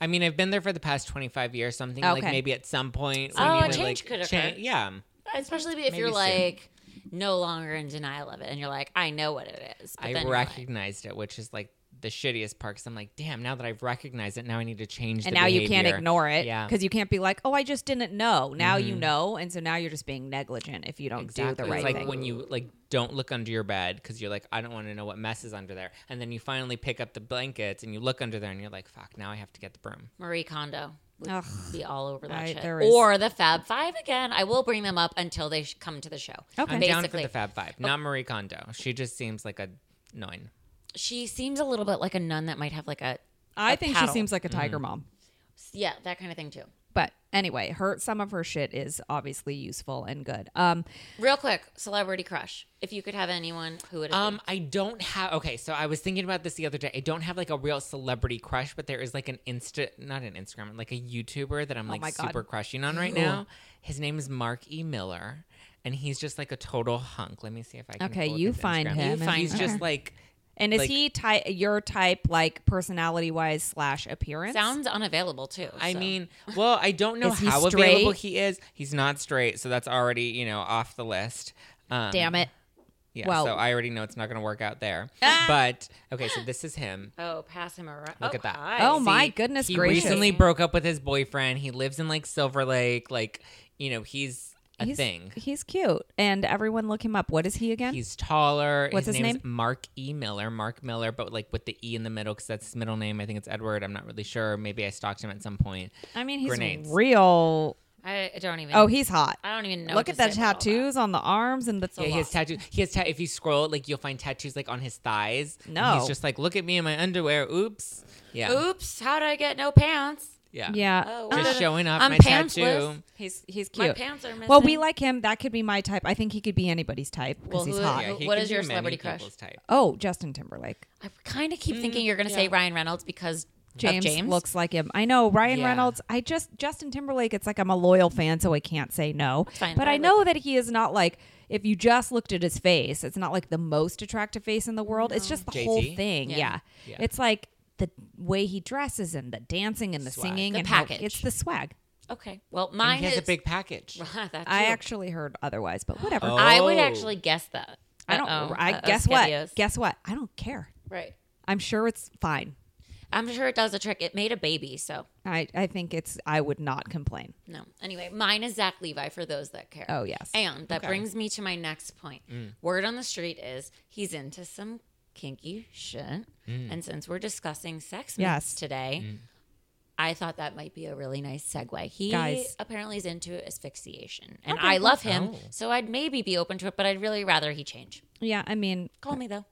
Speaker 4: I mean I've been there for the past 25 years. Something like
Speaker 3: Okay.
Speaker 4: maybe at some point. we
Speaker 2: Oh,
Speaker 4: need
Speaker 2: a
Speaker 4: to,
Speaker 2: change
Speaker 4: like,
Speaker 2: could occur.
Speaker 4: cha- yeah.
Speaker 3: Mm-hmm.
Speaker 2: Especially if you're
Speaker 4: soon.
Speaker 2: like no longer in denial of it and you're like, I know what it is. But
Speaker 4: I
Speaker 2: then you're like-
Speaker 4: recognized it, which is like the shittiest part. Because I'm like, damn. Now that I've recognized it, now I need to change.
Speaker 3: And
Speaker 4: the
Speaker 3: now you can't
Speaker 4: behavior."
Speaker 3: ignore it
Speaker 4: Yeah. Mm-hmm.
Speaker 3: because you can't be like, "Oh, I just didn't know." Now you know, and so now you're just being negligent if you don't do the
Speaker 4: Exactly.
Speaker 3: right
Speaker 4: it's like
Speaker 3: thing.
Speaker 4: when you like don't look under your bed because you're like, I don't want to know what mess is under there, and then you finally pick up the blankets and you look under there and you're like, fuck, now I have to get the broom.
Speaker 2: Marie Kondo would
Speaker 3: Ugh.
Speaker 2: be all over that
Speaker 3: I-
Speaker 2: shit.
Speaker 3: there is-
Speaker 2: Or the Fab Five again. I will bring them up until they sh- come to the show.
Speaker 3: Okay.
Speaker 4: I'm
Speaker 2: Basically,
Speaker 4: down for the Fab Five, not Marie Kondo. She just seems like a nine.
Speaker 2: she seems a little bit like a nun that might have like a.
Speaker 3: I
Speaker 2: a
Speaker 3: think she
Speaker 2: paddle.
Speaker 3: seems like a tiger mom.
Speaker 2: Yeah, that kind of thing too.
Speaker 3: But anyway, her some of her shit is obviously useful and good. Um,
Speaker 2: Real quick, celebrity crush. If you could have anyone, who would it
Speaker 4: Um, I don't have. Okay, so I was thinking about this the other day. I don't have like a real celebrity crush, but there is like an insta, not an Instagram, like a YouTuber that I'm like
Speaker 3: my God.
Speaker 4: super crushing on right now. His name is Mark E. Miller, and he's just like a total hunk. Let me see if I can.
Speaker 3: Okay,
Speaker 4: pull up
Speaker 3: you
Speaker 4: his
Speaker 3: find
Speaker 4: Instagram.
Speaker 3: him
Speaker 4: You
Speaker 3: and
Speaker 4: find-
Speaker 3: he's-
Speaker 4: he's just like.
Speaker 3: and is
Speaker 4: Like-
Speaker 3: he type your type, like personality wise slash appearance?
Speaker 2: be? Sounds unavailable too.
Speaker 4: I
Speaker 2: so.
Speaker 4: mean, well, I don't know
Speaker 3: Is he
Speaker 4: how available
Speaker 3: straight?
Speaker 4: he is. He's not straight, so that's already you know off the list. Um,
Speaker 3: Damn it.
Speaker 4: Yeah,
Speaker 3: Well- Ah!
Speaker 4: so I already know it's not going to work out there. But okay, so this is him.
Speaker 2: oh, pass him around. oh,
Speaker 4: Look at that.
Speaker 2: hi.
Speaker 3: Oh my goodness
Speaker 4: he
Speaker 3: gracious!
Speaker 4: recently broke up with his boyfriend. He lives in like Silver Lake. Like, you know, he's a
Speaker 3: he's,
Speaker 4: thing.
Speaker 3: He's cute, and everyone look him up. What is he again?
Speaker 4: He's taller.
Speaker 3: What's his
Speaker 4: name's
Speaker 3: name?
Speaker 4: Mark E. Miller. Mark Miller, but like with the E in the middle because that's his middle name. I think it's Edward. I'm not really sure. Maybe I stalked him at some point.
Speaker 3: I mean, he's
Speaker 4: Grenades.
Speaker 3: real.
Speaker 2: I don't even.
Speaker 3: Oh, he's hot.
Speaker 2: I don't even know. what
Speaker 3: Look at
Speaker 2: to
Speaker 3: the
Speaker 2: say about all
Speaker 3: tattoos on the arms and the.
Speaker 4: yeah, he has tattoos. He has ta- if you scroll, like you'll find tattoos like on his thighs. and
Speaker 3: No.
Speaker 4: he's just like, look at me in my underwear. Oops. Yeah,
Speaker 2: that. Oops, how did I get no pants?
Speaker 4: yeah,
Speaker 3: Yeah.
Speaker 2: Oh,
Speaker 3: Uh,
Speaker 4: Just showing off
Speaker 2: I'm
Speaker 4: my
Speaker 2: pantsless.
Speaker 4: tattoo.
Speaker 3: he's he's
Speaker 2: My
Speaker 3: cute.
Speaker 2: pants are missing.
Speaker 3: Well, we like him. That could be my type. I think he could be anybody's type because
Speaker 2: Well,
Speaker 3: he's
Speaker 2: who-
Speaker 3: hot.
Speaker 4: Yeah, he
Speaker 2: What
Speaker 4: can
Speaker 2: is
Speaker 4: do
Speaker 2: your
Speaker 4: many
Speaker 2: celebrity crush?
Speaker 4: people's type.
Speaker 3: Oh, Justin Timberlake.
Speaker 2: I kind of
Speaker 4: Mm,
Speaker 2: keep thinking you're going to say Ryan Reynolds because
Speaker 3: James,
Speaker 2: of James
Speaker 3: looks like him. I know Ryan
Speaker 4: Yeah.
Speaker 3: Reynolds. I just Justin Timberlake. It's like I'm a loyal fan, so I can't say no.
Speaker 2: fine.
Speaker 3: But
Speaker 2: I
Speaker 3: I
Speaker 2: like
Speaker 3: know that he is not like. If you just looked at his face, it's not like the most attractive face in the world. It's just the
Speaker 4: JT?
Speaker 3: whole thing. Yeah.
Speaker 2: Yeah.
Speaker 4: Yeah.
Speaker 3: it's like the way he dresses and the dancing and the
Speaker 4: Swag.
Speaker 3: singing
Speaker 2: The
Speaker 3: and how-
Speaker 2: package.
Speaker 3: it's the swag.
Speaker 2: Okay. Well,
Speaker 4: And
Speaker 2: mine
Speaker 4: he has
Speaker 2: is
Speaker 4: a big package.
Speaker 2: That too.
Speaker 3: I actually heard otherwise, but whatever.
Speaker 4: Oh.
Speaker 2: I would actually guess that.
Speaker 3: I don't.
Speaker 2: Uh-oh.
Speaker 3: I
Speaker 2: Uh-oh,
Speaker 3: guess what?
Speaker 2: Skidios.
Speaker 3: Guess what? I don't care.
Speaker 2: Right.
Speaker 3: I'm sure it's fine.
Speaker 2: I'm sure it does the trick. It made a baby, so
Speaker 3: I I think it's. I would not complain.
Speaker 2: no. Anyway, mine is Zach Levi for those that care.
Speaker 3: Oh, yes.
Speaker 2: And that brings me to my next point. Word on the street is he's into some kinky shit. And since we're discussing sex myths
Speaker 3: Yes.
Speaker 2: today, I thought that might be a really nice segue. He
Speaker 3: Guys.
Speaker 2: apparently is into asphyxiation, and I love him,
Speaker 4: Oh.
Speaker 2: so I'd maybe be open to it. But I'd really rather he change.
Speaker 3: Yeah, I mean,
Speaker 2: Call me though.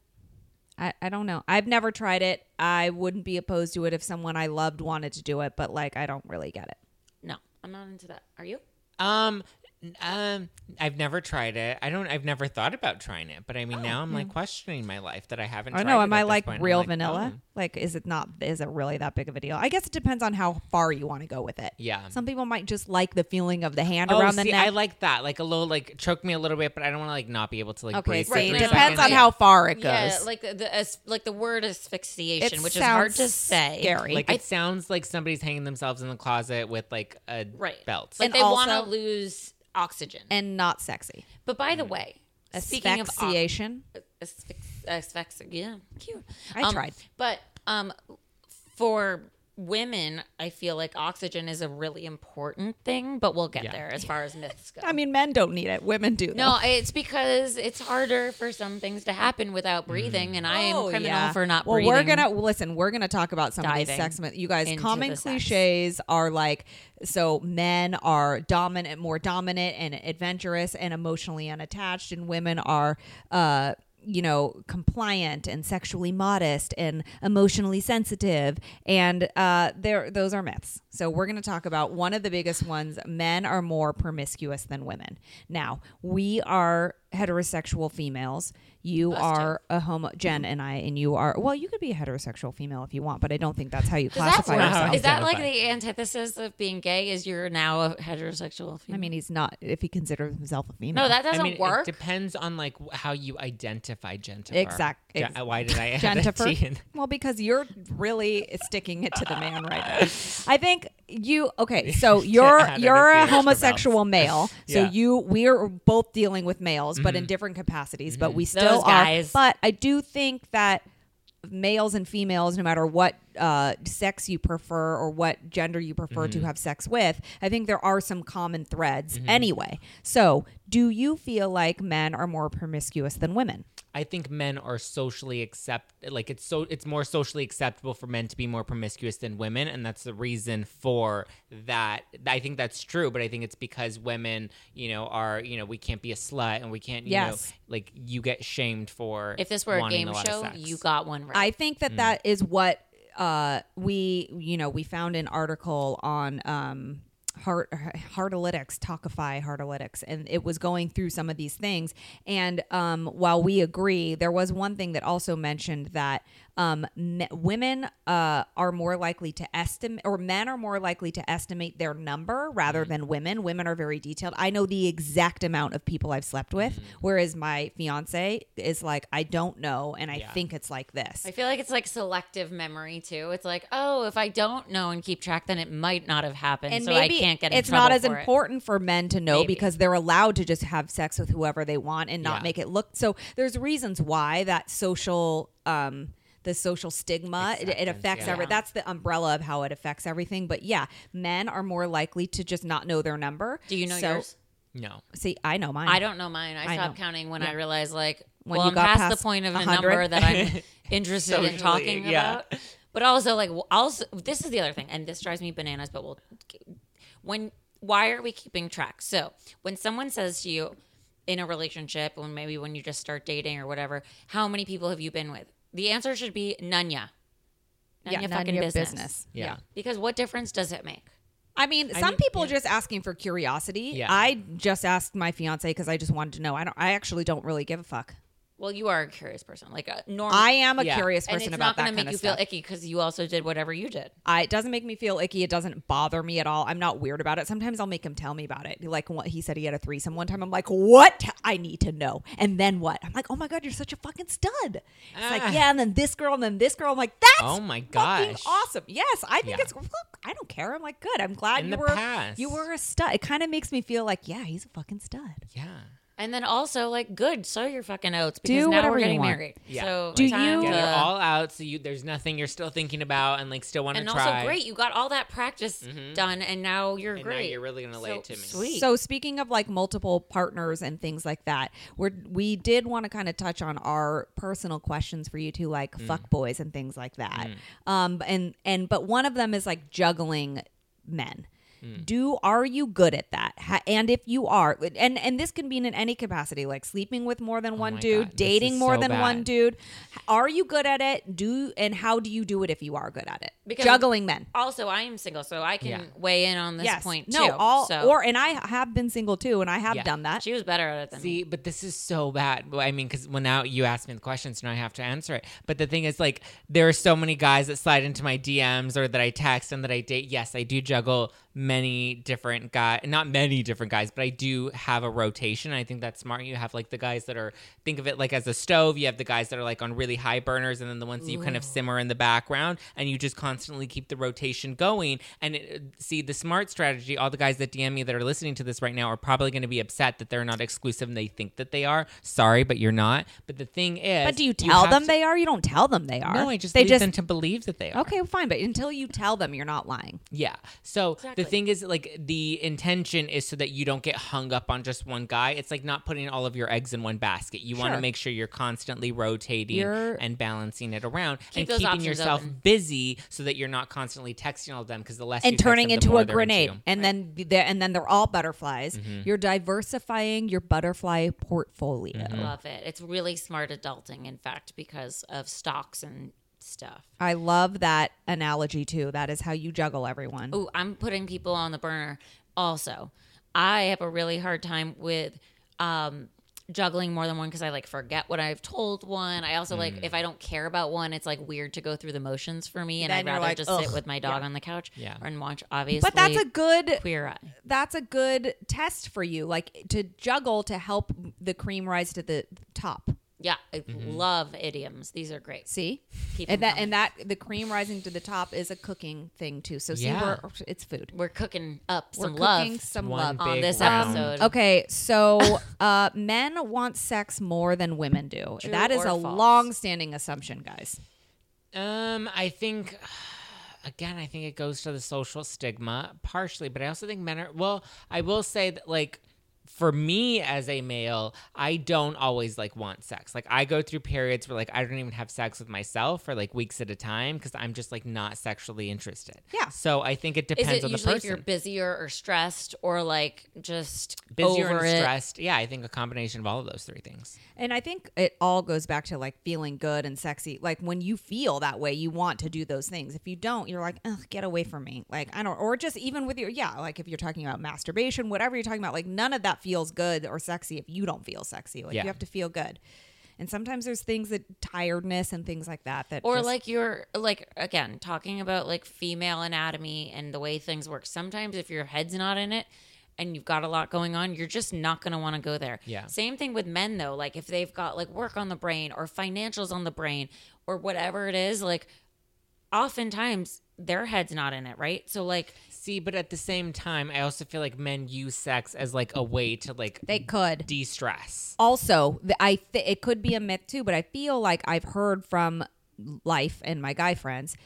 Speaker 3: I, I don't know. I've never tried it. I wouldn't be opposed to it if someone I loved wanted to do it, but like I don't really get it.
Speaker 2: No, I'm not into that. Are you?
Speaker 4: Um, n- um, I've never tried it. I don't. I've never thought about trying it. But I
Speaker 3: Oh,
Speaker 4: mean, now I'm like questioning my life that I haven't.
Speaker 3: I
Speaker 4: tried
Speaker 3: know.
Speaker 4: it
Speaker 3: Oh, Am
Speaker 4: at
Speaker 3: I
Speaker 4: this
Speaker 3: like
Speaker 4: point. I'm
Speaker 3: real
Speaker 4: like,
Speaker 3: vanilla?
Speaker 4: oh.
Speaker 3: Like, is it not? Is it really that big of a deal? I guess it depends on how far you want to go with it.
Speaker 4: Yeah.
Speaker 3: Some people might just like the feeling of the hand
Speaker 4: Oh,
Speaker 3: around
Speaker 4: see,
Speaker 3: the neck.
Speaker 4: I like that. like a little like choke me a little bit, but I don't want to like not be able to like
Speaker 3: okay,
Speaker 4: breathe. for
Speaker 3: see,
Speaker 4: three
Speaker 3: it
Speaker 2: no, no,
Speaker 3: depends
Speaker 4: seconds.
Speaker 3: on how far it goes.
Speaker 2: Yeah, like the, the as, like the word asphyxiation,
Speaker 3: It
Speaker 2: which is hard to
Speaker 3: sounds
Speaker 2: say.
Speaker 3: scary.
Speaker 4: Like it sounds like somebody's hanging themselves in the closet with like a
Speaker 2: right?
Speaker 4: belt.
Speaker 2: Like
Speaker 3: And
Speaker 2: they want to
Speaker 3: also-
Speaker 2: lose oxygen.
Speaker 3: and not sexy.
Speaker 2: but by the way, speaking of ox-
Speaker 3: Asphyxiation.
Speaker 2: asphyx- asphyx- yeah, cute.
Speaker 3: I
Speaker 2: Um,
Speaker 3: tried.
Speaker 2: But um, for women, I feel like oxygen is a really important thing. But we'll get
Speaker 4: Yeah.
Speaker 2: there as far as myths go.
Speaker 3: I mean, men don't need it. Women do.
Speaker 2: no, it's because it's harder for some things to happen
Speaker 4: Mm.
Speaker 2: without breathing, and I am
Speaker 3: Oh,
Speaker 2: criminal
Speaker 3: yeah.
Speaker 2: for not
Speaker 3: well,
Speaker 2: breathing.
Speaker 3: we're gonna listen. We're gonna talk about some of these
Speaker 2: Diving
Speaker 3: sex myths. You guys,
Speaker 2: into
Speaker 3: common
Speaker 2: the sex.
Speaker 3: cliches are like so: men are dominant, more dominant, and adventurous, and emotionally unattached, and women are. uh you know, compliant and sexually modest and emotionally sensitive, and uh, there those are myths. So we're going to talk about one of the biggest ones: men are more promiscuous than women. Now we are heterosexual females. You are a homo Jen and I and you are well you could be a heterosexual female if you want but I don't think that's how you
Speaker 2: That's
Speaker 3: classify
Speaker 2: wow.
Speaker 3: yourself.
Speaker 2: Is that like
Speaker 4: Identify.
Speaker 2: the antithesis of being gay? Is you're now a heterosexual female?
Speaker 3: I mean he's not if he considers himself a female.
Speaker 2: no, that
Speaker 4: I
Speaker 2: doesn't
Speaker 4: mean,
Speaker 2: work.
Speaker 4: It depends on like wh- how you identify Jennifer.
Speaker 3: Exact-
Speaker 4: Je-
Speaker 3: ex-
Speaker 4: why did I add
Speaker 3: Jennifer.
Speaker 4: that T in?
Speaker 3: Well, because you're really sticking it to the man right now. I think you okay. So you're
Speaker 4: add
Speaker 3: you're
Speaker 4: anything
Speaker 3: a
Speaker 4: extra
Speaker 3: homosexual male. So
Speaker 4: Yeah.
Speaker 3: you we're both dealing with males, but in different capacities. But we still
Speaker 2: Those
Speaker 3: are.
Speaker 2: guys.
Speaker 3: But I do think that males and females, no matter what uh, sex you prefer or what gender you prefer to have sex with, I think there are some common threads anyway. So do you feel like men are more promiscuous than women?
Speaker 4: I think men are socially accept like it's so it's more socially acceptable for men to be more promiscuous than women and that's the reason for that I think that's true but I think it's because women you know are you know we can't be a slut and we can't you
Speaker 3: Yes.
Speaker 4: know like you get shamed for
Speaker 2: if this were a
Speaker 4: wanting
Speaker 2: game
Speaker 4: lot of
Speaker 2: show,
Speaker 4: sex.
Speaker 2: you got one right. Mm.
Speaker 3: I think that that is what uh, we, you know, we found an article on um, heart heartalytics talkify heartalytics and it was going through some of these things and um, while we agree there was one thing that also mentioned that um, me- women uh, are more likely to estimate or men are more likely to estimate their number rather
Speaker 2: Mm-hmm.
Speaker 3: than women women are very detailed i know the exact amount of people i've slept with
Speaker 2: Mm-hmm.
Speaker 3: whereas my fiance is like i don't know and i think it's like this
Speaker 2: I feel like it's like selective memory too. It's like, oh, if I don't know and keep track, then it might not have happened, so I can't get. In
Speaker 3: it's not
Speaker 2: trouble
Speaker 3: as
Speaker 2: for it.
Speaker 3: important for men to know
Speaker 2: Maybe.
Speaker 3: because they're allowed to just have sex with whoever they want and not
Speaker 4: Yeah.
Speaker 3: make it look so there's reasons why that social um the social stigma it, it
Speaker 4: Acceptance,
Speaker 3: affects
Speaker 4: yeah.
Speaker 3: every that's the umbrella of how it affects everything but yeah men are more likely to just not know their number
Speaker 2: Do you know
Speaker 3: So-
Speaker 2: yours?
Speaker 4: No.
Speaker 3: see i know mine
Speaker 2: I don't know mine. I
Speaker 3: I
Speaker 2: stopped
Speaker 3: know.
Speaker 2: counting when I realized like
Speaker 3: When
Speaker 2: well,
Speaker 3: you
Speaker 2: I'm
Speaker 3: got
Speaker 2: past,
Speaker 3: past
Speaker 2: the point of the
Speaker 3: 100.
Speaker 2: number that I'm interested in
Speaker 4: Socially,
Speaker 2: talking
Speaker 4: yeah.
Speaker 2: about. But also like w- also this is the other thing, and this drives me bananas. But we'll when why are we keeping track? So when someone says to you in a relationship, or maybe when you just start dating or whatever, how many people have you been with? The answer should be none ya. None
Speaker 3: yeah,
Speaker 2: ya
Speaker 3: none
Speaker 2: fucking
Speaker 3: your
Speaker 2: business.
Speaker 3: business.
Speaker 4: Yeah.
Speaker 2: Because what difference does it make?
Speaker 3: I mean, some people are just asking for curiosity.
Speaker 4: Yeah.
Speaker 3: I just asked my fiance because I just wanted to know. I don't. I actually don't really give a fuck.
Speaker 2: Well, you are a curious person. Like a normal
Speaker 3: I am a
Speaker 4: Yeah.
Speaker 3: curious
Speaker 2: Um, and
Speaker 3: person
Speaker 2: it's not
Speaker 3: about
Speaker 2: going
Speaker 3: that
Speaker 2: to
Speaker 3: kind
Speaker 2: make
Speaker 3: of
Speaker 2: you
Speaker 3: stuff.
Speaker 2: feel icky because you also did whatever you did.
Speaker 3: I, it doesn't make me feel icky. It doesn't bother me at all. I'm not weird about it. Sometimes I'll make him tell me about it. Like what he said he had a threesome one time. I'm like, what? I need to know. And then what? I'm like, oh my god, you're such a fucking stud. It's
Speaker 4: Ah.
Speaker 3: like yeah, and then this girl, and then this girl. I'm like, that's
Speaker 4: Oh my
Speaker 3: fucking
Speaker 4: gosh.
Speaker 3: awesome. Yes, I think
Speaker 4: Yeah.
Speaker 3: it's. Look, I don't care. I'm like, good. I'm glad
Speaker 4: In
Speaker 3: you
Speaker 4: the
Speaker 3: were
Speaker 4: past.
Speaker 3: you were a stud. It kind of makes me feel like yeah, he's a fucking stud.
Speaker 4: Yeah.
Speaker 2: And then also, like, good, sow your fucking oats because
Speaker 3: Do
Speaker 2: now
Speaker 3: whatever
Speaker 2: we're
Speaker 3: you
Speaker 2: getting
Speaker 3: want.
Speaker 2: married.
Speaker 4: Yeah.
Speaker 2: So
Speaker 3: Do
Speaker 2: time
Speaker 3: you-
Speaker 4: Yeah,
Speaker 2: to-
Speaker 4: they're all out, so you there's nothing you're still thinking about and like still want to
Speaker 2: and
Speaker 4: try.
Speaker 2: also great, you got all that practice done, and now you're
Speaker 4: Mm-hmm. And now
Speaker 2: great.
Speaker 4: you're really gonna lay
Speaker 2: So
Speaker 4: it to me.
Speaker 2: Sweet.
Speaker 3: So speaking of like multiple partners and things like that, we we did want to kind of touch on our personal questions for you two, like
Speaker 4: Mm.
Speaker 3: fuck boys and things like that. Um, and and but one of them is like juggling men.
Speaker 4: Mm.
Speaker 3: Do are you good at that? Ha, and if you are, and and this can be in any capacity, like sleeping with more than one
Speaker 4: Oh my
Speaker 3: dude,
Speaker 4: God, this
Speaker 3: dating
Speaker 4: is
Speaker 3: more
Speaker 4: so
Speaker 3: than one
Speaker 4: bad.
Speaker 3: dude. Are you good at it? Do and how do you do it if you are good at it?
Speaker 2: Because-
Speaker 3: juggling men.
Speaker 2: also, I am single, so I can
Speaker 4: Yeah.
Speaker 2: weigh in on this
Speaker 3: Yes.
Speaker 2: point
Speaker 3: no,
Speaker 2: too.
Speaker 3: all
Speaker 2: so
Speaker 3: or and I have been single too, and I have
Speaker 4: Yeah.
Speaker 3: done that.
Speaker 2: she was better at it than me.
Speaker 4: See, but this is so bad. Well, I mean, because well, now you asked me the question, so now I have to answer it. But the thing is, like, there are so many guys that slide into my DMs or that I text and that I date. Yes, I do juggle many different guys, not many different guys, but I do have a rotation. I think that's smart. You have like the guys that are think of it like as a stove. You have the guys that are like on really high burners, and then the ones that you kind
Speaker 3: Mm.
Speaker 4: of simmer in the background, and you just constantly keep the rotation going. And it, uh, see, the smart strategy. All the guys that DM me that are listening to this right now are probably going to be upset that they're not exclusive and they think that they are. Sorry, but you're not. But the thing is,
Speaker 3: But do you tell
Speaker 4: have
Speaker 3: them
Speaker 4: to-
Speaker 3: they are? You don't tell them they are.
Speaker 4: No, I just
Speaker 3: they
Speaker 4: lead them to believe that they are.
Speaker 3: okay, well, fine. But until you tell them, you're not lying.
Speaker 4: Yeah. So
Speaker 2: Exactly.
Speaker 4: the thing is, like, the intention is so that you don't get hung up on just one guy. It's like not putting all of your eggs in one basket. You want
Speaker 3: Sure.
Speaker 4: to make sure you're constantly rotating
Speaker 3: You're-
Speaker 4: and balancing it around and
Speaker 2: those
Speaker 4: keeping
Speaker 2: options
Speaker 4: yourself
Speaker 2: open.
Speaker 4: busy so that you're not constantly texting all of them because the less you
Speaker 3: And
Speaker 4: text
Speaker 3: turning
Speaker 4: them, the
Speaker 3: into
Speaker 4: more
Speaker 3: a
Speaker 4: they're into
Speaker 3: grenade,
Speaker 4: you. Mm-hmm.
Speaker 3: and then the- and then they're all butterflies. You're diversifying your butterfly portfolio.
Speaker 4: Mm-hmm.
Speaker 2: Love it. It's really smart adulting, in fact, because of stocks and stuff.
Speaker 3: I love that analogy too. That is how you juggle everyone.
Speaker 2: Ooh, I'm putting people on the burner. Also, I have a really hard time with um, juggling more than one because I like forget what I've told one. I also
Speaker 3: Mm.
Speaker 2: like if I don't care about one, it's like weird to go through the motions for me, and
Speaker 3: Then
Speaker 2: I'd
Speaker 3: you're
Speaker 2: rather
Speaker 3: like,
Speaker 2: just
Speaker 3: "Ugh."
Speaker 2: sit with my dog on the couch
Speaker 4: Yeah.
Speaker 2: and watch. Obviously,
Speaker 3: but that's a good
Speaker 2: queer eye.
Speaker 3: that's a good test for you, like to juggle to help the cream rise to the top.
Speaker 2: Yeah, I love idioms. These are great.
Speaker 3: See,
Speaker 2: Keep
Speaker 3: Mm-hmm. and
Speaker 2: them
Speaker 3: that and that the cream rising to the top is a cooking thing too. So see,
Speaker 4: Yeah.
Speaker 3: we're, it's food.
Speaker 2: We're cooking up some
Speaker 3: We're
Speaker 2: love
Speaker 3: cooking some
Speaker 4: One
Speaker 3: love.
Speaker 2: on
Speaker 4: Big
Speaker 2: this
Speaker 4: round.
Speaker 2: episode.
Speaker 3: Okay, so uh, men want sex more than women do.
Speaker 2: True
Speaker 3: that is
Speaker 2: or
Speaker 3: a
Speaker 2: false?
Speaker 3: long-standing assumption, guys.
Speaker 4: Um, I think again, I think it goes to the social stigma partially, but I also think men are well, I will say that like for me as a male, I don't always like want sex. Like I go through periods where like I don't even have sex with myself for like weeks at a time because I'm just like not sexually interested.
Speaker 3: Yeah.
Speaker 4: So I think it
Speaker 2: Is
Speaker 4: depends
Speaker 2: it
Speaker 4: on the
Speaker 2: usually if you're
Speaker 4: person.
Speaker 2: busier or stressed or like just
Speaker 4: busier
Speaker 2: over
Speaker 4: and
Speaker 2: it.
Speaker 4: stressed. Yeah, I think a combination of all of those three things.
Speaker 3: And I think it all goes back to like feeling good and sexy. Like when you feel that way, you want to do those things. If you don't, you're like, ugh, get away from me. Like, I don't, or just even with your, yeah, like if you're talking about masturbation, whatever you're talking about, like none of that feels good or sexy if you don't feel sexy. Like
Speaker 4: Yeah.
Speaker 3: you have to feel good. And sometimes there's things that tiredness and things like that that
Speaker 2: or
Speaker 3: just-
Speaker 2: like you're like again talking about like female anatomy and the way things work sometimes if your head's not in it and you've got a lot going on you're just not going to want to go there
Speaker 4: Yeah.
Speaker 2: same thing with men though like if they've got like work on the brain or financials on the brain or whatever it is like oftentimes their head's not in it right so like
Speaker 4: See, but at the same time, I also feel like men use sex as like a way to like
Speaker 3: they could.
Speaker 4: de-stress.
Speaker 3: also th- i th- it could be a myth too but i feel like i've heard from life and my guy friends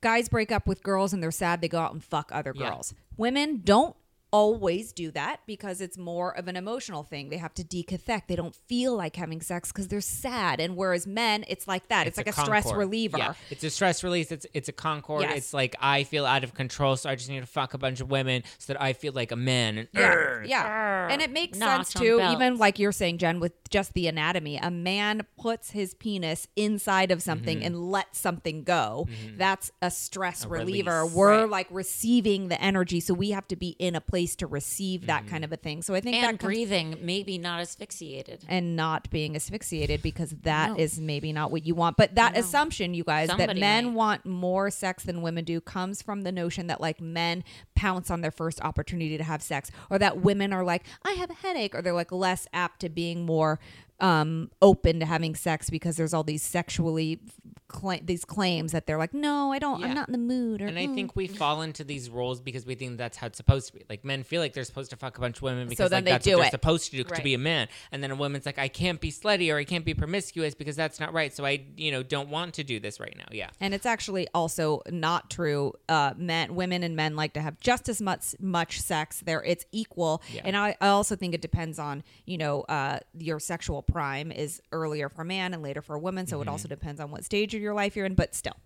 Speaker 3: guys break up with girls and they're sad they go out and fuck other
Speaker 4: Yeah.
Speaker 3: girls women don't always do that because it's more of an emotional thing they have to decathect they don't feel like having sex because they're sad and whereas men it's like that it's, like a, stress
Speaker 4: concord.
Speaker 3: reliever
Speaker 4: Yeah. It's a stress release. It's it's a concord.
Speaker 3: Yes.
Speaker 4: It's like I feel out of control, so I just need to fuck a bunch of women so that I feel like a man. And,
Speaker 3: Yeah. Yeah. And it makes
Speaker 2: Knock
Speaker 3: sense
Speaker 2: on
Speaker 3: too,
Speaker 2: belt.
Speaker 3: even like you're saying, Jen, with just the anatomy. A man puts his penis inside of something and lets something go. That's a stress reliever.
Speaker 4: release.
Speaker 3: We're like receiving the energy. So we have to be in a place to receive that kind of a thing. So I think
Speaker 2: and
Speaker 3: that comes
Speaker 2: breathing maybe not asphyxiated
Speaker 3: and not being asphyxiated because that is
Speaker 2: No.
Speaker 3: maybe not what you want. But that assumption, you guys, that
Speaker 2: Somebody
Speaker 3: men
Speaker 2: might.
Speaker 3: want more sex than women do comes from the notion that like men pounce on their first opportunity to have sex, or that women are like, I have a headache, or they're like less apt to being more um open to having sex because there's all these sexually cla- these claims that they're like no i don't i'm
Speaker 4: Yeah.
Speaker 3: not in the mood or
Speaker 4: and I think
Speaker 3: Mm.
Speaker 4: we fall into these roles because we think that's how it's supposed to be. Like men feel like they're supposed to fuck a bunch of women because
Speaker 3: then
Speaker 4: like,
Speaker 3: they
Speaker 4: that's
Speaker 3: do
Speaker 4: what they're
Speaker 3: it.
Speaker 4: supposed to do to
Speaker 2: Right.
Speaker 4: be a man. And then a woman's like, I can't be slutty or I can't be promiscuous because that's not right. So I, you know, don't want to do this right now. Yeah.
Speaker 3: And it's actually also not true. Uh, men, women, and men like to have just as much much sex. There, it's equal.
Speaker 4: Yeah.
Speaker 3: And I, I also think it depends on you know uh, your sexual prime is earlier for a man and later for a woman. So it
Speaker 2: Mm-hmm.
Speaker 3: also depends on what stage of your life you're in. But still,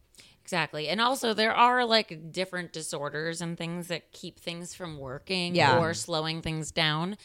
Speaker 2: Exactly. And also there are like different disorders and things that keep things from working
Speaker 3: Yeah.
Speaker 2: or slowing things down.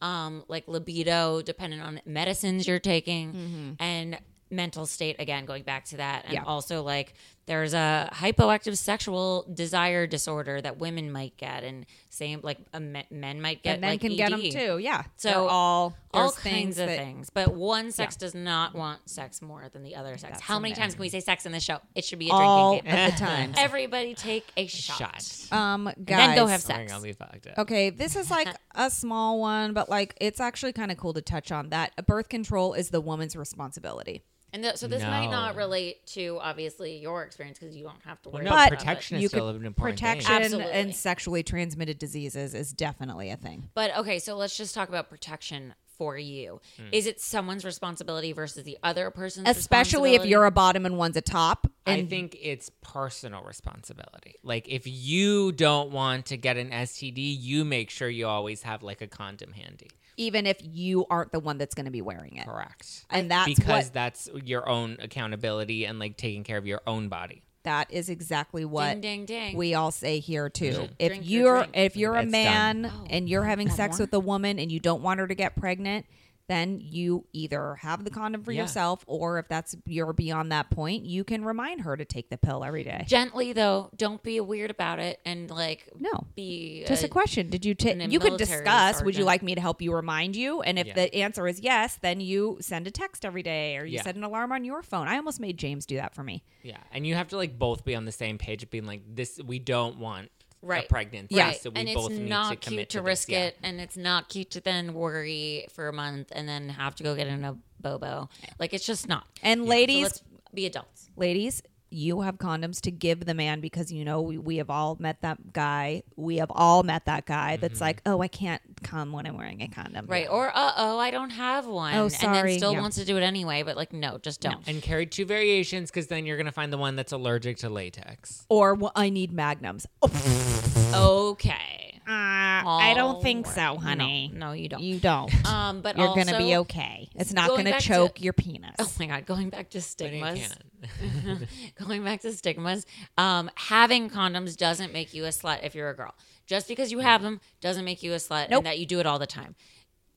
Speaker 2: Um, like libido, dependent on medicines you're taking and mental state again, going back to that. And
Speaker 3: Mm-hmm. Yeah.
Speaker 2: also like there's a hypoactive sexual desire disorder that women might get and same like a me- men might get
Speaker 3: and men
Speaker 2: like E
Speaker 3: can get 'em
Speaker 2: ED.
Speaker 3: get them too. Yeah.
Speaker 2: So
Speaker 3: They're all
Speaker 2: All
Speaker 3: there's
Speaker 2: kinds
Speaker 3: things
Speaker 2: of
Speaker 3: that-
Speaker 2: things, but one sex does not want sex more than the other sex. How many times can we say sex in this show? It should be a
Speaker 3: all
Speaker 2: drinking game.
Speaker 3: of the time.
Speaker 2: Everybody take a shot.
Speaker 4: Shot.
Speaker 3: Um, guys,
Speaker 2: Then go have
Speaker 4: I think
Speaker 2: sex.
Speaker 4: I'll leave that like that.
Speaker 3: Okay, this is like a small one, but like it's actually kind of cool to touch on that. Birth control is the woman's responsibility.
Speaker 2: And th- so this might not
Speaker 4: No.
Speaker 2: relate to obviously your experience because you don't have to worry
Speaker 4: no,
Speaker 2: about
Speaker 3: but
Speaker 4: protection
Speaker 3: you
Speaker 4: is still
Speaker 3: could-
Speaker 4: an important
Speaker 3: protection
Speaker 4: thing.
Speaker 2: Absolutely.
Speaker 3: and sexually transmitted diseases is definitely a thing.
Speaker 2: But okay, so let's just talk about protection for you.
Speaker 3: Hmm.
Speaker 2: Is it someone's responsibility versus the other person's
Speaker 3: Especially if
Speaker 2: responsibility?
Speaker 3: you're a bottom and one's a top.
Speaker 4: I
Speaker 3: And
Speaker 4: think it's personal responsibility. Like if you don't want to get an STD, you make sure you always have like a condom handy.
Speaker 3: even if you aren't the one that's going to be wearing it.
Speaker 4: Correct.
Speaker 3: And that's
Speaker 4: because
Speaker 3: what
Speaker 4: that's your own accountability and like taking care of your own body.
Speaker 3: that is exactly what
Speaker 2: Ding, ding, ding.
Speaker 3: we all say here too. If
Speaker 2: Drink your
Speaker 3: you're
Speaker 2: drink. Oh,
Speaker 3: if you're a
Speaker 4: It's
Speaker 3: man
Speaker 4: done.
Speaker 3: and you're having sex with a woman and you don't want her to get pregnant, then you either have the condom for
Speaker 4: Yeah.
Speaker 3: yourself or if that's you're beyond that point, you can remind her to take the pill every day.
Speaker 2: gently though, don't be weird about it and like
Speaker 3: No.
Speaker 2: be
Speaker 3: Just
Speaker 2: uh,
Speaker 3: a question. Did you take?
Speaker 2: a
Speaker 3: You could
Speaker 2: military
Speaker 3: discuss. Would you
Speaker 2: sergeant.
Speaker 3: like me to help you remind you? And if
Speaker 4: Yeah.
Speaker 3: the answer is yes, then you send a text every day, or you
Speaker 4: Yeah.
Speaker 3: set an alarm on your phone. I almost made James do that for me.
Speaker 4: Yeah. And you have to like both be on the same page of being like this we don't want
Speaker 2: Right.
Speaker 4: a pregnancy.
Speaker 2: Right.
Speaker 4: So we
Speaker 2: and
Speaker 4: both
Speaker 2: it's
Speaker 4: need
Speaker 2: not
Speaker 4: to
Speaker 2: cute
Speaker 4: commit
Speaker 2: to,
Speaker 4: to, this.
Speaker 2: risk
Speaker 4: Yeah.
Speaker 2: it, and it's not cute to then worry for a month and then have to go get in a bobo. Like it's just not.
Speaker 3: And
Speaker 2: so
Speaker 3: ladies,
Speaker 2: let's be adults.
Speaker 3: ladies, you have condoms to give the man because you know we, we have all met that guy. We have all met that guy
Speaker 4: Mm-hmm.
Speaker 3: that's like, oh, I can't come when I'm wearing a condom.
Speaker 2: Right. Or uh oh, I don't have one.
Speaker 3: Oh,
Speaker 2: And
Speaker 3: sorry.
Speaker 2: then still
Speaker 3: Yeah.
Speaker 2: wants to do it anyway, but like no, just don't.
Speaker 4: And carry two variations because then you're gonna find the one that's allergic to latex.
Speaker 3: Or well, I need magnums. Oh,
Speaker 2: Okay.
Speaker 3: uh, I don't
Speaker 2: All
Speaker 3: think so,
Speaker 2: right.
Speaker 3: honey.
Speaker 2: Oh, No, no, you don't.
Speaker 3: You don't.
Speaker 2: Um but
Speaker 3: You're
Speaker 2: also,
Speaker 3: gonna be okay. It's not
Speaker 2: going
Speaker 3: gonna
Speaker 2: back to-
Speaker 3: choke your penis.
Speaker 2: Oh my god, going back to
Speaker 4: But it
Speaker 2: stigmas.
Speaker 4: can. Uh-huh.
Speaker 2: going back to stigmas. Um having condoms doesn't make you a slut if you're a girl. Just because you have them doesn't make you a slut
Speaker 3: Nope.
Speaker 2: and that you do it all the time.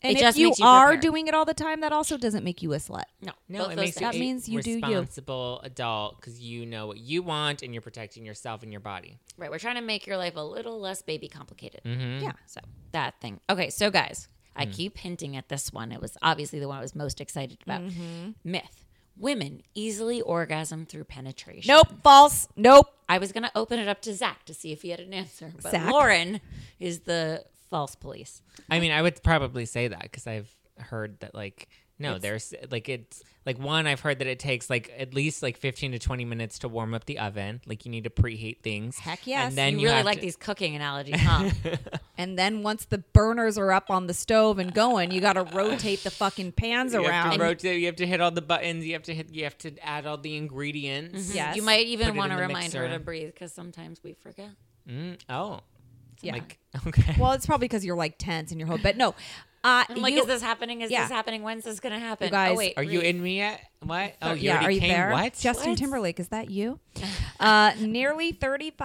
Speaker 3: And
Speaker 2: it
Speaker 3: if
Speaker 2: just
Speaker 3: you,
Speaker 2: makes you
Speaker 3: are
Speaker 2: prepared.
Speaker 3: doing it all the time, that also doesn't make you a slut.
Speaker 2: No,
Speaker 4: No,
Speaker 2: both
Speaker 4: it
Speaker 2: those
Speaker 4: makes you
Speaker 2: things.
Speaker 3: That
Speaker 4: a
Speaker 3: means you do you.
Speaker 4: responsible adult because you know what you want and you're protecting yourself and your body.
Speaker 2: Right. We're trying to make your life a little less baby complicated.
Speaker 4: Mm-hmm.
Speaker 3: Yeah.
Speaker 2: So that thing. Okay. So, guys, I
Speaker 4: Mm.
Speaker 2: keep hinting at this one. It was obviously the one I was most excited about.
Speaker 4: Mm-hmm.
Speaker 2: Myth women easily orgasm through penetration.
Speaker 3: Nope. False. Nope.
Speaker 2: I was going to open it up to Zach to see if he had an answer, but
Speaker 3: Zach?
Speaker 2: Lauren is the false police.
Speaker 4: I mean, I would probably say that because I've heard that like no, there's like it's like one I've heard that it takes like at least like 15 to 20 minutes to warm up the oven. Like you need to preheat things.
Speaker 3: Heck yes.
Speaker 4: And then
Speaker 2: you,
Speaker 4: you,
Speaker 2: really
Speaker 4: have
Speaker 2: like
Speaker 4: to-
Speaker 2: these cooking analogies, huh?
Speaker 3: And then once the burners are up on the stove and going, you got to rotate the fucking pans
Speaker 4: You have
Speaker 3: around.
Speaker 4: to rotate. You have to hit all the buttons. You have to hit. You have to add all the ingredients.
Speaker 3: Yes.
Speaker 2: You might
Speaker 4: Put
Speaker 2: even
Speaker 4: it
Speaker 2: want to
Speaker 4: in the
Speaker 2: remind her
Speaker 4: mixer.
Speaker 2: to breathe because sometimes we forget.
Speaker 4: Mm, oh,
Speaker 3: Yeah.
Speaker 4: like okay.
Speaker 3: well, it's probably because you're like tense in your whole But no, uh,
Speaker 2: I'm like,
Speaker 3: you-
Speaker 2: is this happening? Is
Speaker 3: yeah.
Speaker 2: this happening? When's this going to happen? oh,
Speaker 3: guys-
Speaker 2: wait.
Speaker 4: are you
Speaker 2: breathe.
Speaker 4: in me yet? What? Oh, you
Speaker 3: yeah,
Speaker 4: already
Speaker 3: are you
Speaker 4: came.
Speaker 3: there?
Speaker 4: What?
Speaker 3: Justin
Speaker 2: What?
Speaker 3: Timberlake, is that you? uh, nearly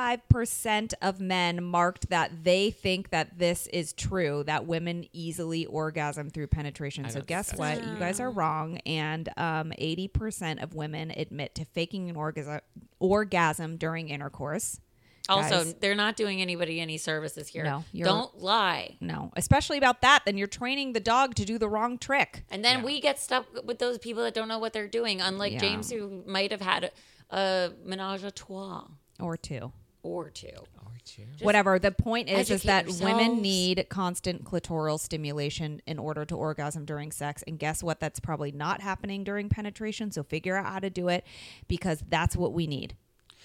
Speaker 3: 35% of men marked that they think that this is true, that women easily orgasm through penetration. So
Speaker 4: don't
Speaker 3: guess
Speaker 4: think
Speaker 3: what? You guys are wrong. And um, 80% of women admit to faking an orgasm, orgasm during intercourse.
Speaker 2: Also,
Speaker 3: guys.
Speaker 2: they're not doing anybody any services here.
Speaker 3: No, you're-
Speaker 2: Don't lie.
Speaker 3: No, especially about that, then you're training the dog to do the wrong trick.
Speaker 2: And then we get stuck with those people that don't know what they're doing, unlike
Speaker 3: Yeah.
Speaker 2: James, who might have had a menage a trois
Speaker 3: Or two.
Speaker 2: or two.
Speaker 4: Aren't you?
Speaker 3: whatever the point is is
Speaker 2: educate
Speaker 3: that women
Speaker 2: yourselves.
Speaker 3: need constant clitoral stimulation in order to orgasm during sex and guess what that's probably not happening during penetration so figure out how to do it because that's what we need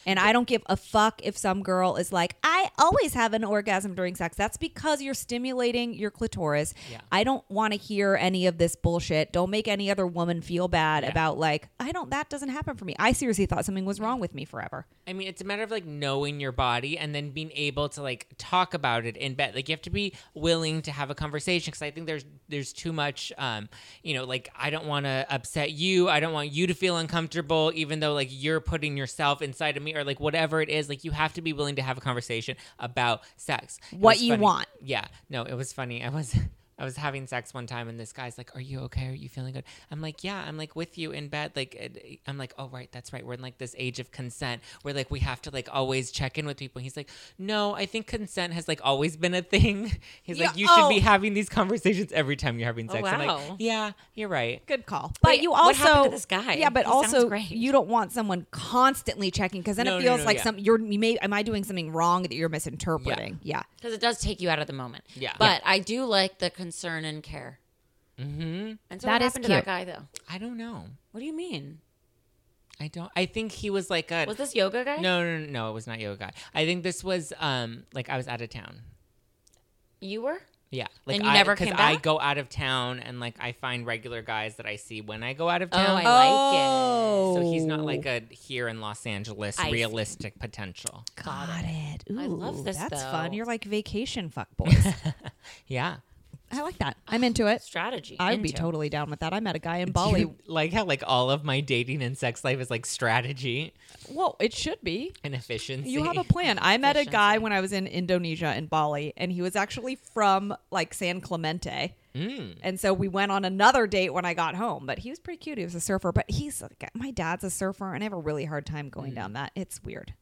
Speaker 3: and I don't give a fuck if some girl is like, I always have an orgasm during sex. That's because you're stimulating your clitoris. I don't want to hear any of this bullshit. Don't make any other woman feel bad about, like, I don't, that doesn't happen for me. I seriously thought something was wrong with me forever.
Speaker 4: I mean, it's a matter of like knowing your body and then being able to like talk about it in bed. Like you have to be willing to have a conversation because I think there's there's too much, um, you know, like I don't want to upset you. I don't want you to feel uncomfortable, even though like you're putting yourself inside of me or like whatever it is. Like you have to be willing to have a conversation about sex. It
Speaker 3: What
Speaker 4: was
Speaker 3: you
Speaker 4: funny.
Speaker 3: want.
Speaker 4: Yeah. No, it was funny. I was I was having sex one time and this guy's like, "Are you okay? Are you feeling good?" I'm like, "Yeah, I'm like with you in bed." Like it- I'm like, "Oh right, that's right. We're in like this age of consent where like we have to like always check in with people." He's like, "No, I think consent has like always been a thing." He's like,
Speaker 3: Yeah,
Speaker 4: "You should
Speaker 3: oh.
Speaker 4: be having these conversations every time you're having sex." I'm
Speaker 2: Oh, wow.
Speaker 4: like, "Yeah, you're right."
Speaker 3: Good call. But
Speaker 2: Wait,
Speaker 3: you also
Speaker 2: what happened to this guy?
Speaker 3: Yeah, but
Speaker 2: He sounds
Speaker 3: also
Speaker 2: great.
Speaker 3: you don't want someone constantly checking because then
Speaker 4: No,
Speaker 3: it
Speaker 4: no,
Speaker 3: feels
Speaker 4: no,
Speaker 3: like
Speaker 4: yeah.
Speaker 3: some you're you may am I doing something wrong that you're misinterpreting? Yeah.
Speaker 2: Because it does take you out of the moment.
Speaker 4: Yeah.
Speaker 2: But I do like the concern and care. Mm-hmm. And so
Speaker 3: That
Speaker 2: what
Speaker 3: is
Speaker 2: happened to that
Speaker 3: cute.
Speaker 2: guy, though?
Speaker 4: I don't know.
Speaker 2: What do you mean?
Speaker 4: I don't. I think he was like a
Speaker 2: Was this yoga guy?
Speaker 4: no, no, no, no. It was not yoga guy. I think this was um like I was out of town.
Speaker 2: You were?
Speaker 4: Yeah, like
Speaker 2: And you
Speaker 4: I,
Speaker 2: never
Speaker 4: 'cause
Speaker 2: came
Speaker 4: I
Speaker 2: back?
Speaker 4: go out of town and like I find regular guys that I see when I go out of
Speaker 2: Oh,
Speaker 4: town.
Speaker 2: I like it.
Speaker 3: Oh.
Speaker 4: so he's not like a here in Los Angeles
Speaker 2: I see.
Speaker 4: realistic potential.
Speaker 3: Oh, Got, it.
Speaker 2: I love
Speaker 3: Ooh,
Speaker 2: this,
Speaker 3: That's
Speaker 2: though.
Speaker 3: fun. You're like vacation fuck boys.
Speaker 4: Yeah,
Speaker 3: I like that. I'm into it.
Speaker 2: Strategy.
Speaker 3: I'd be
Speaker 2: Into.
Speaker 3: totally down with that. I met a guy in Bali.
Speaker 4: You like how like all of my dating and sex life is like strategy
Speaker 3: Well, it should be.
Speaker 4: and efficiency.
Speaker 3: You have a plan. I met a guy when I was in Indonesia and Bali, and he was actually from like San Clemente.
Speaker 2: Mm.
Speaker 3: And so we went on another date when I got home, but he was pretty cute. He was a surfer, but he's like, my dad's a surfer, and I have a really hard time going
Speaker 2: Mm.
Speaker 3: down that. It's weird.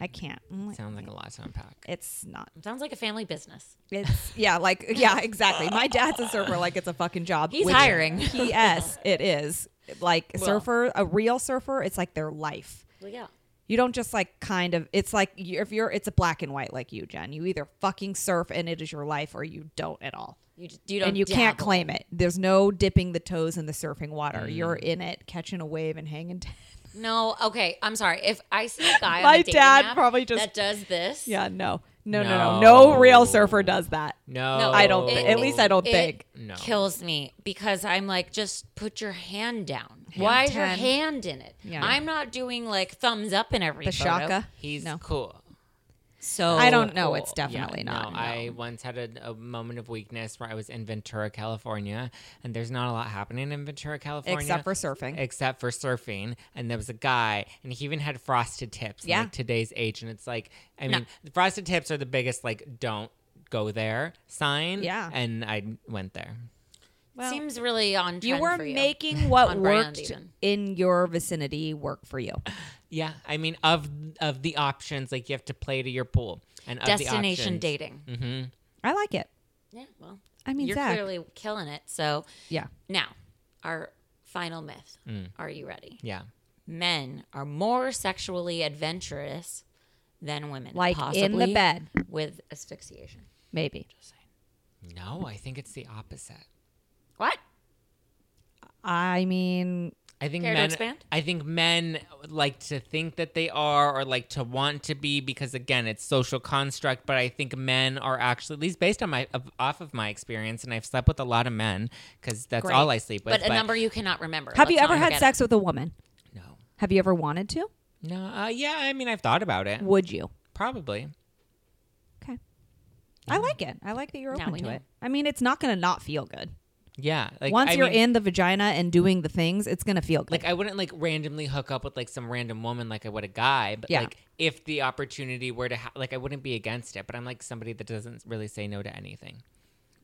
Speaker 3: I can't. I'm like,
Speaker 4: Sounds like a lot to unpack.
Speaker 3: It's not.
Speaker 2: Sounds like a family business.
Speaker 3: It's yeah, like yeah, exactly. My dad's a surfer, like it's a fucking job.
Speaker 2: He's
Speaker 3: which-
Speaker 2: hiring.
Speaker 3: P.S. It is like surfer, a real surfer. It's like their life.
Speaker 2: Well, yeah.
Speaker 3: You don't just like kind of. It's like you- if you're. It's a black and white like you, Jen. You either fucking surf and it is your life, or you don't at all,
Speaker 2: You, d- you don't
Speaker 3: and you can't
Speaker 2: dabble. Mm.
Speaker 3: claim it. There's no dipping the toes in the surfing water. You're in it, catching a wave and hanging. T-
Speaker 2: No, okay. I'm sorry. If I see a guy,
Speaker 3: My
Speaker 2: on a dating
Speaker 3: dad
Speaker 2: app
Speaker 3: probably just-
Speaker 2: that does this.
Speaker 3: yeah, no. no, no, no, no.
Speaker 4: No.
Speaker 3: real surfer does that.
Speaker 4: No,
Speaker 3: I don't thi- at least I don't
Speaker 2: it
Speaker 3: think.
Speaker 4: No.
Speaker 2: kills me because I'm like, just put your hand down. Why is your
Speaker 3: Ten.
Speaker 2: hand in it?
Speaker 3: Yeah.
Speaker 2: I'm not doing like thumbs up in every
Speaker 3: The
Speaker 2: photo.
Speaker 3: shaka.
Speaker 4: He's
Speaker 3: no.
Speaker 4: cool.
Speaker 2: So
Speaker 3: I don't know. It's
Speaker 4: Yeah,
Speaker 3: definitely not.
Speaker 4: No, I once had a, a moment of weakness where I was in Ventura, California, and there's not a lot happening in Ventura, California,
Speaker 3: Except for surfing.
Speaker 4: Except for surfing, and there was a guy, and he even had frosted tips. in,
Speaker 3: Yeah.
Speaker 4: like today's age, and it's like, I mean, the frosted tips are the biggest. Like, don't go there sign.
Speaker 3: Yeah.
Speaker 4: And I went there.
Speaker 3: Well,
Speaker 2: Seems really on trend
Speaker 3: you were
Speaker 2: for
Speaker 3: making what
Speaker 2: On brand,
Speaker 3: worked
Speaker 2: even.
Speaker 3: in your vicinity work for you.
Speaker 4: Yeah. I mean, of of the options, like you have to play to your pool and of
Speaker 2: destination
Speaker 4: the Mm-hmm. options-
Speaker 2: dating.
Speaker 3: I like it.
Speaker 2: Yeah, well,
Speaker 3: I mean,
Speaker 2: you're
Speaker 3: Zach.
Speaker 2: clearly killing it. So
Speaker 3: Yeah.
Speaker 2: now, our final myth.
Speaker 4: Mm.
Speaker 2: Are you ready?
Speaker 4: Yeah.
Speaker 2: Men are more sexually adventurous than women,
Speaker 3: Like in the
Speaker 2: possibly
Speaker 3: bed,
Speaker 2: with asphyxiation.
Speaker 3: maybe.
Speaker 4: No, I think it's the opposite.
Speaker 2: What?
Speaker 3: I mean,
Speaker 4: I think
Speaker 2: Care to
Speaker 4: men.
Speaker 2: expand?
Speaker 4: I think men like to think that they are, or like to want to be, because again, it's social construct. But I think men are actually, at least based on my of- off of my experience, and I've slept with a lot of men because that's all I sleep with.
Speaker 2: But, a number you cannot remember.
Speaker 3: have you
Speaker 2: Let's
Speaker 3: ever
Speaker 2: not
Speaker 3: had
Speaker 2: forget
Speaker 3: sex with a woman?
Speaker 4: No,
Speaker 3: Have you ever wanted to?
Speaker 4: no, uh, yeah. I mean, I've thought about it.
Speaker 3: Would you?
Speaker 4: Probably.
Speaker 3: Okay. I like it. I like that you're
Speaker 2: Now
Speaker 3: open
Speaker 2: we
Speaker 3: to
Speaker 2: know.
Speaker 3: it. I mean, it's not going to not feel good.
Speaker 4: Yeah. Like
Speaker 3: Once
Speaker 4: I
Speaker 3: you're
Speaker 4: mean,
Speaker 3: in the vagina and doing the things, it's going to feel good.
Speaker 4: Like I wouldn't like randomly hook up with like some random woman like I would a guy, but
Speaker 3: Yeah.
Speaker 4: like if the opportunity were to ha- like I wouldn't be against it, but I'm like somebody that doesn't really say no to anything.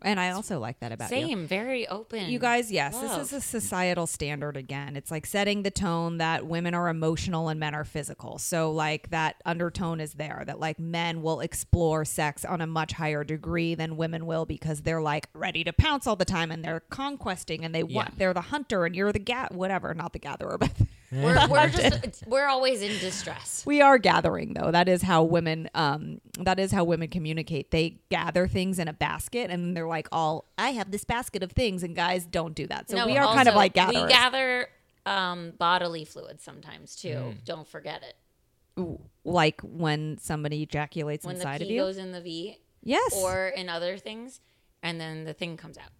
Speaker 3: and I also like that about you.
Speaker 2: Same, very open.
Speaker 3: You guys, yes,
Speaker 2: Love.
Speaker 3: this is a societal standard again. It's like setting the tone that women are emotional and men are physical. So, like, that undertone is there that, like, men will explore sex on a much higher degree than women will because they're, like, ready to pounce all the time and they're conquesting and they want,
Speaker 4: Yeah.
Speaker 3: they're the hunter and you're the gat, whatever, not the gatherer, but
Speaker 2: We're, we're just we're always in distress.
Speaker 3: we are gathering though that is how women um that is how women communicate they gather things in a basket and they're like all i have this basket of things and guys don't do that so
Speaker 2: No,
Speaker 3: we are kind of
Speaker 2: also,
Speaker 3: like gatherers
Speaker 2: We gather um, bodily fluids sometimes too. Don't forget it.
Speaker 3: like when somebody ejaculates
Speaker 2: When
Speaker 3: inside
Speaker 2: the
Speaker 3: of
Speaker 2: P
Speaker 3: you
Speaker 2: goes in the V
Speaker 3: yes
Speaker 2: or in other things, and then the thing comes out.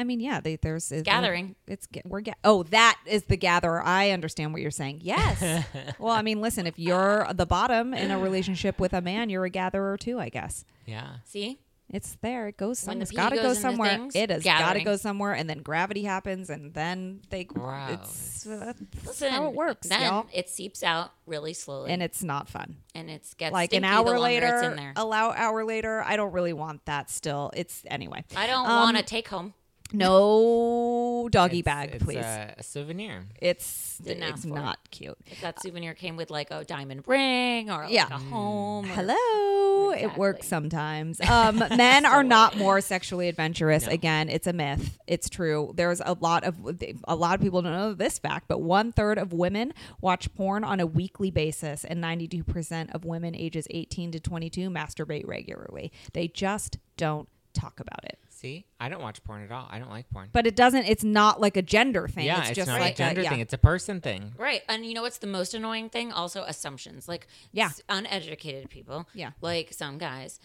Speaker 3: i mean yeah they, there's it's-
Speaker 2: Gathering.
Speaker 3: it's ga- we're ga- oh that is the gatherer i understand what you're saying yes well i mean listen if you're the bottom in a relationship with a man you're a gatherer too i guess
Speaker 4: Yeah.
Speaker 2: See?
Speaker 3: It's there. It goes
Speaker 2: When
Speaker 3: somewhere.
Speaker 2: the
Speaker 3: It's
Speaker 2: pea
Speaker 3: got to
Speaker 2: goes
Speaker 3: go
Speaker 2: into
Speaker 3: somewhere.
Speaker 2: things,
Speaker 3: it has got to
Speaker 2: gathering.
Speaker 3: go somewhere, and then gravity happens, and then they.
Speaker 4: Gross.
Speaker 3: It's uh, that's
Speaker 2: Listen,
Speaker 3: how it works,
Speaker 2: Then
Speaker 3: y'all.
Speaker 2: it seeps out really slowly,
Speaker 3: And
Speaker 2: and it
Speaker 3: it's not fun.
Speaker 2: gets
Speaker 3: Like an
Speaker 2: stinky the
Speaker 3: hour
Speaker 2: longer
Speaker 3: later,
Speaker 2: It's in there.
Speaker 3: allow hour later. I don't really want that. Still, it's anyway.
Speaker 2: I don't
Speaker 3: Um,
Speaker 2: want to take home.
Speaker 3: No doggy
Speaker 4: It's-
Speaker 3: bag,
Speaker 4: it's uh,
Speaker 3: please.
Speaker 4: A, a souvenir.
Speaker 3: it's
Speaker 2: Didn't
Speaker 3: it's
Speaker 2: ask for it.
Speaker 3: not cute.
Speaker 2: If that souvenir came with like a diamond ring or
Speaker 3: uh, Yeah.
Speaker 2: like a home. or-
Speaker 3: Hello. It works
Speaker 2: Exactly.
Speaker 3: sometimes. Um, men are not more sexually adventurous. Again, it's a myth. It's true. There's a lot of a lot of people don't know this fact, but one third of women watch porn on a weekly basis, and 92 percent of women ages 18 to 22 masturbate regularly. They just don't talk about it.
Speaker 4: See, I don't watch porn at all. I don't like porn.
Speaker 3: But it doesn't. It's not like a gender thing.
Speaker 4: yeah,
Speaker 3: it's,
Speaker 4: it's,
Speaker 3: just
Speaker 4: not
Speaker 3: like
Speaker 4: a gender
Speaker 3: yeah.
Speaker 4: thing. It's a person thing.
Speaker 2: Right. And you know what's the most annoying thing? Also assumptions. Like
Speaker 3: Yeah.
Speaker 2: s- uneducated people.
Speaker 3: Yeah.
Speaker 2: Like some guys,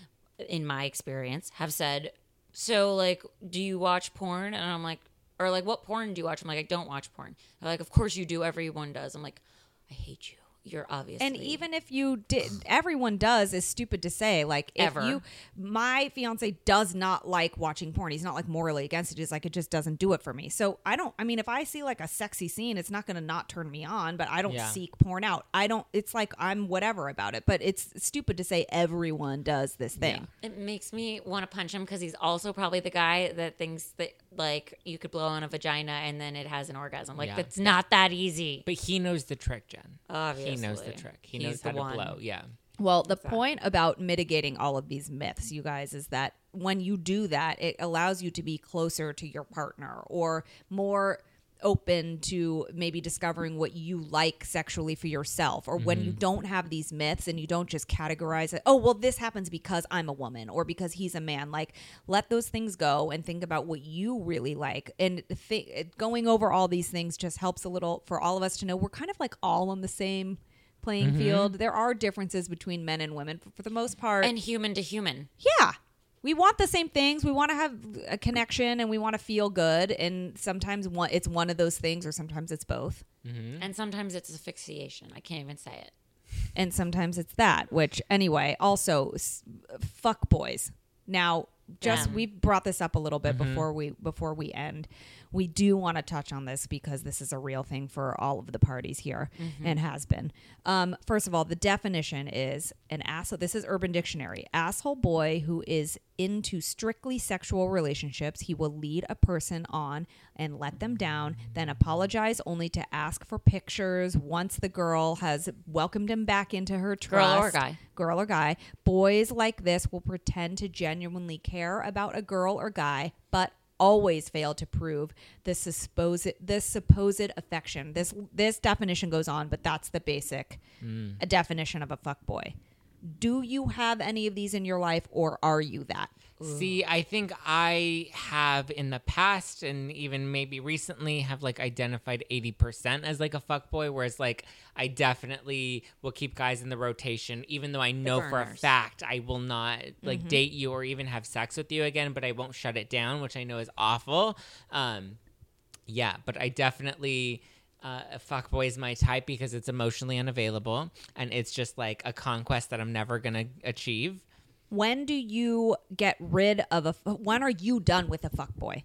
Speaker 2: in my experience, have said, So like, do you watch porn? And I'm like or like what porn do you watch? I'm like, I don't watch porn. They're like, Of course you do, everyone does. I'm like, I hate you. You're obviously
Speaker 3: And even if you did, everyone does is stupid to say. Like, if
Speaker 2: Ever.
Speaker 3: you, my fiance does not like watching porn. He's not like morally against it. He's like, it just doesn't do it for me. So I don't, I mean, if I see like a sexy scene, it's not going to not turn me on, but I don't
Speaker 4: Yeah.
Speaker 3: seek porn out. I don't, it's like I'm whatever about it, but it's stupid to say everyone does this thing.
Speaker 2: It makes me want to punch him because he's also probably the guy that thinks that like you could blow on a vagina and then it has an orgasm. Like
Speaker 4: Yeah.
Speaker 2: it's not that easy.
Speaker 4: But he knows the trick, Jen. He knows
Speaker 2: Obviously.
Speaker 4: the trick. He
Speaker 2: He's
Speaker 4: knows
Speaker 2: the
Speaker 4: how to
Speaker 2: one.
Speaker 4: blow. Yeah.
Speaker 3: Well, the point about mitigating all of these myths, you guys, is that when you do that, it allows you to be closer to your partner or more open to maybe discovering what you like sexually for yourself or when you don't have these myths and you don't just categorize it oh well this happens because I'm a woman or because he's a man like let those things go and think about what you really like and th- going over all these things just helps a little for all of us to know we're kind of like all on the same playing field. There are differences between men and women for, for the most part.
Speaker 2: and human to human.
Speaker 3: yeah. We want the same things. We want to have a connection and we want to feel good. And sometimes one, it's one of those things, or sometimes it's both. Hmm?
Speaker 2: And sometimes it's asphyxiation. I can't even say it.
Speaker 3: And sometimes it's that, which, anyway, also, s- fuck boys. Now, just
Speaker 2: Yeah.
Speaker 3: we brought this up a little bit before we before we end. We do want to touch on this because this is a real thing for all of the parties here
Speaker 2: Mm-hmm.
Speaker 3: and has been. Um, first of all, the definition is an asshole. This is Urban Dictionary: asshole boy who is into strictly sexual relationships. He will lead a person on and let them down, then apologize only to ask for pictures once the girl has welcomed him back into her trust.
Speaker 2: or guy.
Speaker 3: Girl or guy. Boys like this will pretend to genuinely care about a girl or guy, but always fail to prove this supposed this supposed affection. This this definition goes on, but that's the basic
Speaker 2: Mm.
Speaker 3: uh, definition of a fuck boy. Do you have any of these in your life or are you that?
Speaker 4: See, I think I have in the past and even maybe recently have like identified 80% as like a fuckboy, whereas like I definitely will keep guys in the rotation, even though I know for a
Speaker 2: burners.
Speaker 4: fact I will not like date you or even have sex with you again, but I won't shut it down, which I know is awful. Um, yeah, but I definitely uh, a fuckboy is my type because it's emotionally unavailable and it's just like a conquest that I'm never gonna achieve.
Speaker 3: When do you get rid of a f- when are you done with a fuck boy?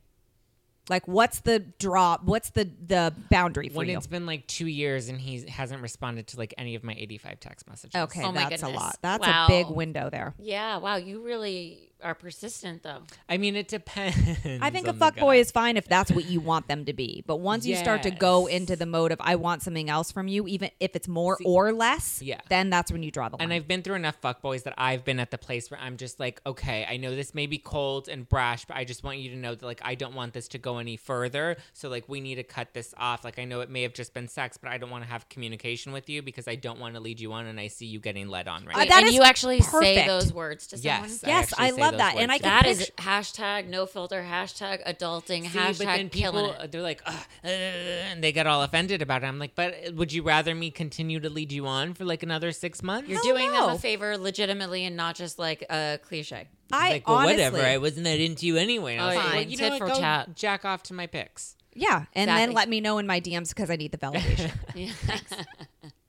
Speaker 3: Like what's the draw? What's the the boundary for
Speaker 4: when
Speaker 3: you?
Speaker 4: it's been like two years and he hasn't responded to like any of my 85 text messages
Speaker 3: Okay,
Speaker 2: Oh my
Speaker 3: that's a
Speaker 2: goodness.
Speaker 3: lot. That's
Speaker 2: Wow.
Speaker 3: a big window there.
Speaker 2: Yeah, wow, you really are persistent though.
Speaker 4: i mean it depends
Speaker 3: I think a
Speaker 4: on the
Speaker 3: fuck
Speaker 4: guy.
Speaker 3: boy is fine if that's what you want them to be. But once you start to go
Speaker 4: Yes.
Speaker 3: into the mode of I want something else from you, even if it's more or less,
Speaker 4: yeah.
Speaker 3: then that's when you draw the line.
Speaker 4: and I've been through enough fuckboys that I've been at the place where I'm just like, okay, I know this may be cold and brash, but I just want you to know that like I don't want this to go any further. So like we need to cut this off. Like I know it may have just been sex, but I don't want to have communication with you because I don't want to lead you on and I see you getting led on right
Speaker 3: Uh,
Speaker 4: now.
Speaker 2: Wait,
Speaker 3: that
Speaker 2: and
Speaker 3: is
Speaker 2: you actually say
Speaker 3: perfect.
Speaker 2: those words to someone.
Speaker 4: Yes.
Speaker 3: yes,
Speaker 4: actually
Speaker 3: I
Speaker 4: say
Speaker 3: love
Speaker 4: those
Speaker 3: that, and
Speaker 4: words
Speaker 3: I
Speaker 4: too.
Speaker 3: can
Speaker 2: That
Speaker 3: picture,
Speaker 2: is hashtag no filter, hashtag adulting,
Speaker 4: See,
Speaker 2: hashtag
Speaker 4: but
Speaker 2: killing
Speaker 4: then people
Speaker 2: it.
Speaker 4: they're like, "Ugh, uh, and they get all offended about it. I'm like, but would you rather me continue to lead you on for like another six months?
Speaker 2: You're doing them
Speaker 3: no.
Speaker 2: a favor legitimately and not just like a cliche.
Speaker 3: I
Speaker 4: like, well,
Speaker 3: honestly,
Speaker 4: whatever. I wasn't that into you anyway. And I was like,
Speaker 2: Fine,
Speaker 4: well, you know
Speaker 2: tit
Speaker 4: what?
Speaker 2: for
Speaker 4: Go
Speaker 2: tat.
Speaker 4: jack off to my pics.
Speaker 3: yeah, and then
Speaker 2: Exactly.
Speaker 3: let me know in my DMs because I need the validation.
Speaker 2: Yeah. Send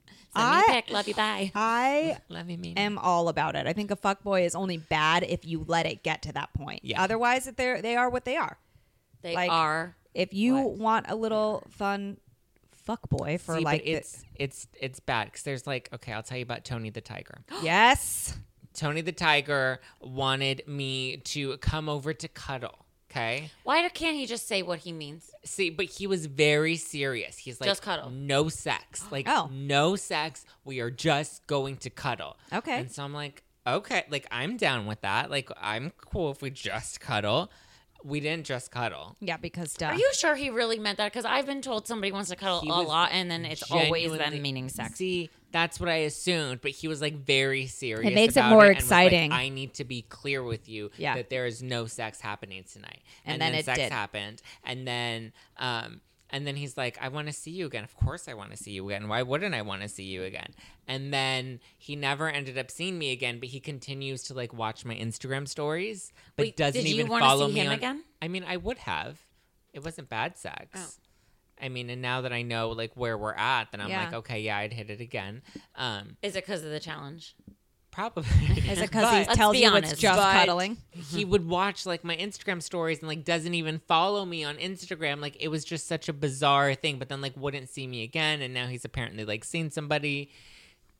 Speaker 2: me a
Speaker 3: I
Speaker 2: pic. Love you. Bye.
Speaker 3: I
Speaker 4: Love you, mean.
Speaker 3: am all about it. I think a fuck boy is only bad if you let it get to that point.
Speaker 4: Yeah.
Speaker 3: Otherwise, they are they are what they are.
Speaker 2: They
Speaker 3: Like-
Speaker 2: are.
Speaker 3: If you
Speaker 2: What?
Speaker 3: want a little fun fuck boy for
Speaker 4: See,
Speaker 3: like
Speaker 4: but
Speaker 3: the-
Speaker 4: it's it's it's bad because there's like okay, I'll tell you about Tony the Tiger.
Speaker 3: yes,
Speaker 4: Tony the Tiger wanted me to come over to cuddle. Okay.
Speaker 2: Why do- can't he just say what he means?
Speaker 4: See, but he was very serious. He's like,
Speaker 2: Just cuddle.
Speaker 4: No sex. Like,
Speaker 3: Oh.
Speaker 4: no sex. We are just going to cuddle.
Speaker 3: Okay.
Speaker 4: And so I'm like, okay, like I'm down with that. Like I'm cool if we just cuddle. We didn't just cuddle.
Speaker 3: yeah, because duh.
Speaker 2: Are you sure he really meant that? Because I've been told somebody wants to cuddle
Speaker 4: Ah. He
Speaker 2: a
Speaker 4: was
Speaker 2: lot, and then it's always them
Speaker 4: Genuinely-
Speaker 2: meaning sex.
Speaker 4: See, that's what I assumed, but he was like very serious.
Speaker 3: It makes it
Speaker 4: about
Speaker 3: more
Speaker 4: and was like,
Speaker 3: exciting.
Speaker 4: I need to be clear with you
Speaker 3: Yeah.
Speaker 4: that there is no sex happening tonight.
Speaker 3: And then it
Speaker 4: sex
Speaker 3: did.
Speaker 4: happened, and then um, and then he's like, I want to see you again. Of course, I want to see you again. Why wouldn't I want to see you again? And then he never ended up seeing me again, but he continues to like watch my Instagram stories, but
Speaker 2: Wait,
Speaker 4: doesn't
Speaker 2: did you
Speaker 4: even
Speaker 2: wanna
Speaker 4: follow
Speaker 2: see
Speaker 4: me
Speaker 2: him
Speaker 4: on-
Speaker 2: again?
Speaker 4: I mean, I would have. It wasn't bad sex. I mean, and now that I know like where we're at, then I'm
Speaker 3: Yeah.
Speaker 4: like, okay, yeah, I'd hit it again. Um,
Speaker 2: Is it because of the challenge?
Speaker 4: probably.
Speaker 3: Is it because he
Speaker 2: Let's
Speaker 3: tells
Speaker 2: be
Speaker 3: you it's
Speaker 2: honest,
Speaker 3: just
Speaker 4: but
Speaker 3: cuddling?
Speaker 4: He would watch like my Instagram stories and like doesn't even follow me on Instagram. Like it was just such a bizarre thing. But then like wouldn't see me again, and now he's apparently like seen somebody.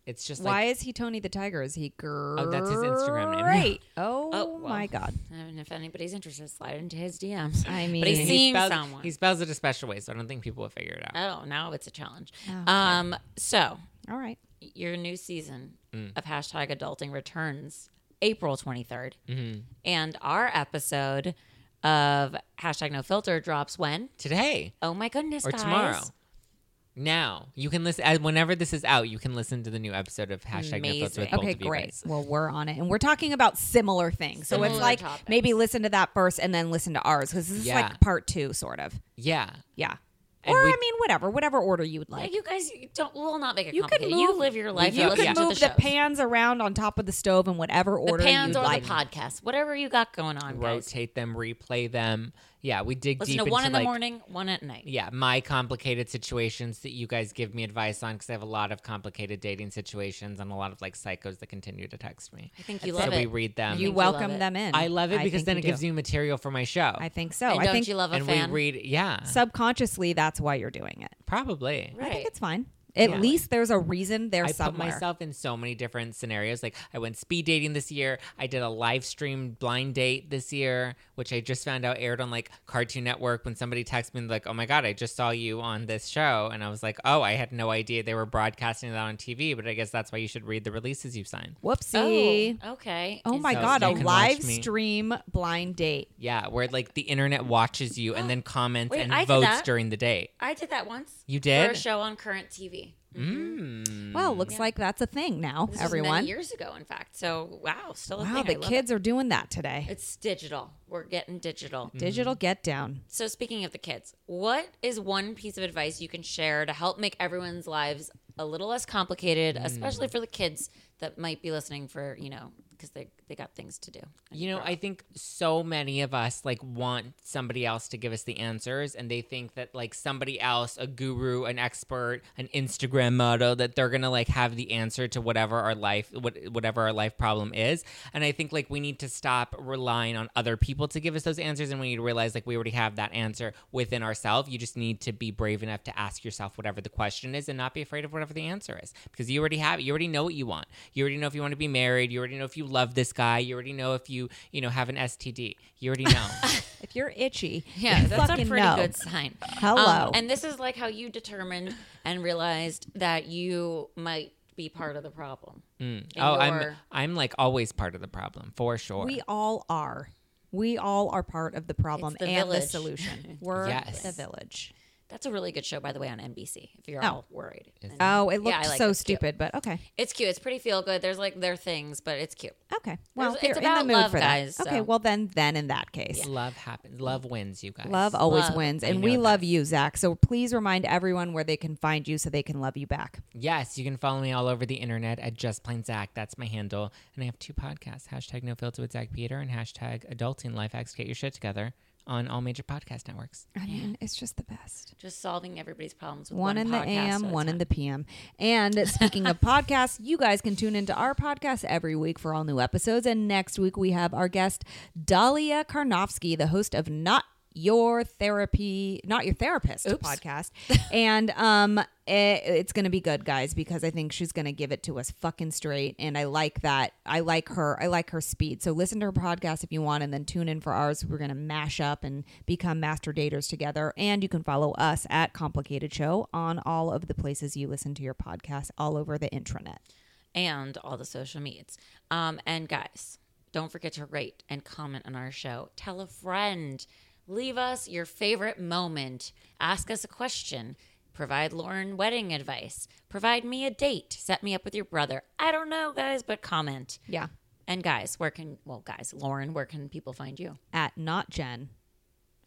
Speaker 4: It's just
Speaker 3: Why
Speaker 4: like
Speaker 3: is he Tony the Tiger? Is he great?
Speaker 4: Oh, that's his Instagram name.
Speaker 3: Great. Oh,
Speaker 2: Oh, well.
Speaker 3: my God.
Speaker 2: And if anybody's interested, slide into his DMs.
Speaker 3: I
Speaker 2: but he's
Speaker 3: mean-
Speaker 4: he
Speaker 2: seeing
Speaker 4: spells,
Speaker 2: someone.
Speaker 4: He spells it a special way, so I don't think people will figure it out.
Speaker 2: oh, now it's a challenge. Um, so
Speaker 3: All right.
Speaker 2: your new season
Speaker 4: Mm.
Speaker 2: of hashtag adulting returns April 23rd.
Speaker 4: Mm-hmm.
Speaker 2: And our episode of hashtag no filter drops when?
Speaker 4: Today
Speaker 2: Oh my goodness,
Speaker 4: or
Speaker 2: guys.
Speaker 4: tomorrow. Now you can listen. uh, Whenever this is out, you can listen to the new episode of hashtag No Filter
Speaker 2: Amazing.
Speaker 4: with both
Speaker 3: Okay,
Speaker 4: of you
Speaker 3: great.
Speaker 4: guys.
Speaker 3: Well, we're on it. And we're talking about similar things. So it's
Speaker 2: Similar
Speaker 3: like
Speaker 2: topics.
Speaker 3: maybe listen to that first and then listen to ours because this is
Speaker 4: Yeah.
Speaker 3: like part two, sort of.
Speaker 4: Yeah.
Speaker 3: Yeah.
Speaker 4: And
Speaker 3: or,
Speaker 4: we-
Speaker 3: I mean, whatever, whatever order you would
Speaker 2: Yeah,
Speaker 3: like.
Speaker 2: you guys don't, we'll not make it
Speaker 3: You could
Speaker 2: complicated. You
Speaker 3: move-
Speaker 2: live your life.
Speaker 4: could
Speaker 2: You listen
Speaker 4: yeah.
Speaker 2: to
Speaker 3: move
Speaker 2: the,
Speaker 3: the,
Speaker 2: shows.
Speaker 3: pans around on top of the stove in whatever
Speaker 2: the
Speaker 3: order
Speaker 2: pans
Speaker 3: you'd
Speaker 2: or
Speaker 3: like.
Speaker 2: the podcast, whatever you got going on, guys.
Speaker 4: rotate them, replay them. Yeah, we dig
Speaker 2: Listen
Speaker 4: deep
Speaker 2: to
Speaker 4: into
Speaker 2: one in the
Speaker 4: like,
Speaker 2: morning, one at night.
Speaker 4: Yeah, my complicated situations that you guys give me advice on because I have a lot of complicated dating situations and a lot of like psychos that continue to text me.
Speaker 2: I think you
Speaker 4: so
Speaker 2: love it.
Speaker 4: we read them.
Speaker 3: you
Speaker 2: think you love
Speaker 3: welcome
Speaker 2: it.
Speaker 3: them in.
Speaker 4: I love it because
Speaker 3: think
Speaker 4: then it
Speaker 3: do.
Speaker 4: gives you material for my show.
Speaker 3: I think so.
Speaker 2: Oh, and
Speaker 3: I
Speaker 2: don't
Speaker 3: think
Speaker 2: you love a
Speaker 4: and
Speaker 2: fan?
Speaker 4: we read, yeah,
Speaker 3: subconsciously that's why you're doing it.
Speaker 4: probably.
Speaker 2: right.
Speaker 3: I think it's fine. At least there's a reason they're
Speaker 4: I put
Speaker 3: somewhere.
Speaker 4: myself in so many different scenarios. Like I went speed dating this year. I did a live stream blind date this year, which I just found out aired on like Cartoon Network. When somebody texted me like, "Oh my god, I just saw you on this show," and I was like, "Oh, I had no idea they were broadcasting that on TV." But I guess that's why you should read the releases you sign.
Speaker 3: Whoopsie. Oh,
Speaker 2: Oh, okay.
Speaker 3: my
Speaker 4: so
Speaker 3: god, a
Speaker 4: you can watch
Speaker 3: live
Speaker 4: me.
Speaker 3: stream blind date.
Speaker 4: Yeah, where like the internet watches you and then comments
Speaker 2: Wait,
Speaker 4: and
Speaker 2: I did
Speaker 4: votes
Speaker 2: that.
Speaker 4: during the date.
Speaker 2: I did that once.
Speaker 4: You
Speaker 2: For a
Speaker 4: did?
Speaker 2: show on current TV.
Speaker 4: Mm.
Speaker 3: Well, looks like that's a thing now,
Speaker 2: This was many
Speaker 3: everyone.
Speaker 2: years ago, in fact. So wow, still a
Speaker 3: Wow,
Speaker 2: thing. I
Speaker 3: the
Speaker 2: love
Speaker 3: kids are doing that today.
Speaker 2: it.
Speaker 4: Mm-hmm.
Speaker 2: It's digital. We're getting digital.
Speaker 3: Digital get down.
Speaker 2: So speaking of the kids, what is one piece of advice you can share to help make everyone's lives a little less complicated, especially for the kids that might be listening for, you know, because they, they got things to do.
Speaker 4: You know, I think so many of us like want somebody else to give us the answers, and they think that like somebody else, a guru, an expert, an Instagram model, that they're gonna like have the answer to whatever our life, what, whatever our life problem is. And I think like we need to stop relying on other people to give us those answers, and we need to realize like we already have that answer within ourselves. You just need to be brave enough to ask yourself whatever the question is, and not be afraid of whatever the answer is, because you already have, it. you already know what you want. You already know if you want to be married. You already know if you love this guy. You already know if you, you know, have an STD. You already know.
Speaker 3: If you're itchy,
Speaker 2: Yeah,
Speaker 3: you
Speaker 2: that's a
Speaker 3: fucking
Speaker 2: pretty
Speaker 3: know.
Speaker 2: good sign. Um,
Speaker 3: Hello.
Speaker 2: and this is like how you determined and realized that you might be part of the problem. in
Speaker 4: oh, I'm,
Speaker 2: your-
Speaker 4: I'm like always part of the problem for sure.
Speaker 3: We all are. We all are part of the problem
Speaker 2: It's the
Speaker 3: and the
Speaker 2: village.
Speaker 3: solution. We're
Speaker 4: Yes.
Speaker 3: the village.
Speaker 2: That's a really good show, by the way, on NBC. If you're
Speaker 3: Oh.
Speaker 2: all worried, And
Speaker 3: Oh,
Speaker 2: Yeah,
Speaker 3: it looked
Speaker 2: I like
Speaker 3: so
Speaker 2: it too.
Speaker 3: stupid, but okay.
Speaker 2: it's cute. It's pretty feel good. There's like their things, but it's cute.
Speaker 3: Okay. Well,
Speaker 2: There's-
Speaker 3: you're
Speaker 2: it's
Speaker 3: in the
Speaker 2: about
Speaker 3: mood
Speaker 2: love,
Speaker 3: for
Speaker 2: guys,
Speaker 3: that.
Speaker 2: so-
Speaker 3: Okay. Well, then, then in that case,
Speaker 4: love happens. Love wins, you guys.
Speaker 3: love always
Speaker 2: Love.
Speaker 3: wins, and
Speaker 4: know
Speaker 3: we
Speaker 4: that.
Speaker 3: love you, Zach. So please remind everyone where they can find you, so they can love you back.
Speaker 4: Yes, you can follow me all over the internet at Just Plain Zach. That's my handle. And I have two podcasts hashtag No Filter with Zach Peter and hashtag Adulting Life Hacks. Get your shit together on all major podcast networks.
Speaker 3: I mean, it's just the best.
Speaker 2: Just solving everybody's problems with
Speaker 3: One
Speaker 2: one,
Speaker 3: in the
Speaker 2: podcast
Speaker 3: AM, one in the PM. And speaking of podcasts, you guys can tune into our podcast every week for all new episodes. And next week we have our guest Dahlia Karnofsky, the host of Not Your Therapy, Not Your Therapist podcast. and um, eh, it's going to be good, guys, because I think she's going to give it to us fucking straight. And I like that. I like her. I like her speed. So listen to her podcast if you want, and then tune in for ours. We're going to mash up and become master daters together. And you can follow us at Complicated Show on all of the places you listen to your podcast, all over the intranet.
Speaker 2: and all the social medias. Um, and guys, don't forget to rate and comment on our show. Tell a friend. Leave us your favorite moment. Ask us a question. Provide Lauren wedding advice. Provide me a date. Set me up with your brother. I don't know, guys, but comment.
Speaker 3: Yeah.
Speaker 2: And guys, where can well, guys, Lauren, where can people find you?
Speaker 3: At Not Jen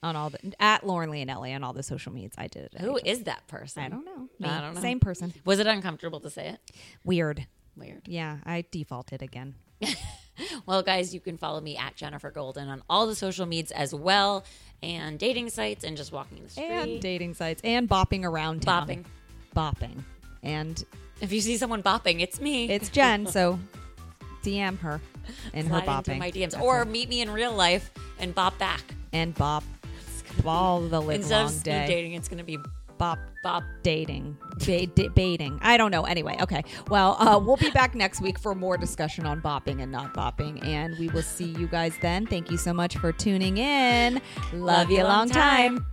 Speaker 3: on all the at Lauren Leonelli on all the social medias. I did it.
Speaker 2: Who is that person?
Speaker 3: I don't know.
Speaker 2: I don't know.
Speaker 3: Same person.
Speaker 2: Was it uncomfortable to say it?
Speaker 3: Weird.
Speaker 2: Weird.
Speaker 3: Yeah, I defaulted again.
Speaker 2: Well, guys, you can follow me at Jennifer Golden on all the social medias as well, and dating sites, and just walking the street,
Speaker 3: And dating sites and bopping around town.
Speaker 2: bopping.
Speaker 3: Bopping. And
Speaker 2: If you see someone bopping, it's me.
Speaker 3: it's Jen, so DM her and her
Speaker 2: Slide into
Speaker 3: bopping.
Speaker 2: my DMs,
Speaker 3: That's
Speaker 2: or
Speaker 3: it.
Speaker 2: meet me in real life and bop back.
Speaker 3: and bop all the live
Speaker 2: Instead of
Speaker 3: long
Speaker 2: speed
Speaker 3: day.
Speaker 2: dating, it's gonna be
Speaker 3: Bop
Speaker 2: bop.
Speaker 3: dating. Ba- da- baiting. I don't know. Anyway, okay. Well, uh, we'll be back next week for more discussion on bopping and not bopping. And we will see you guys then. Thank you so much for tuning in. Love, you long time.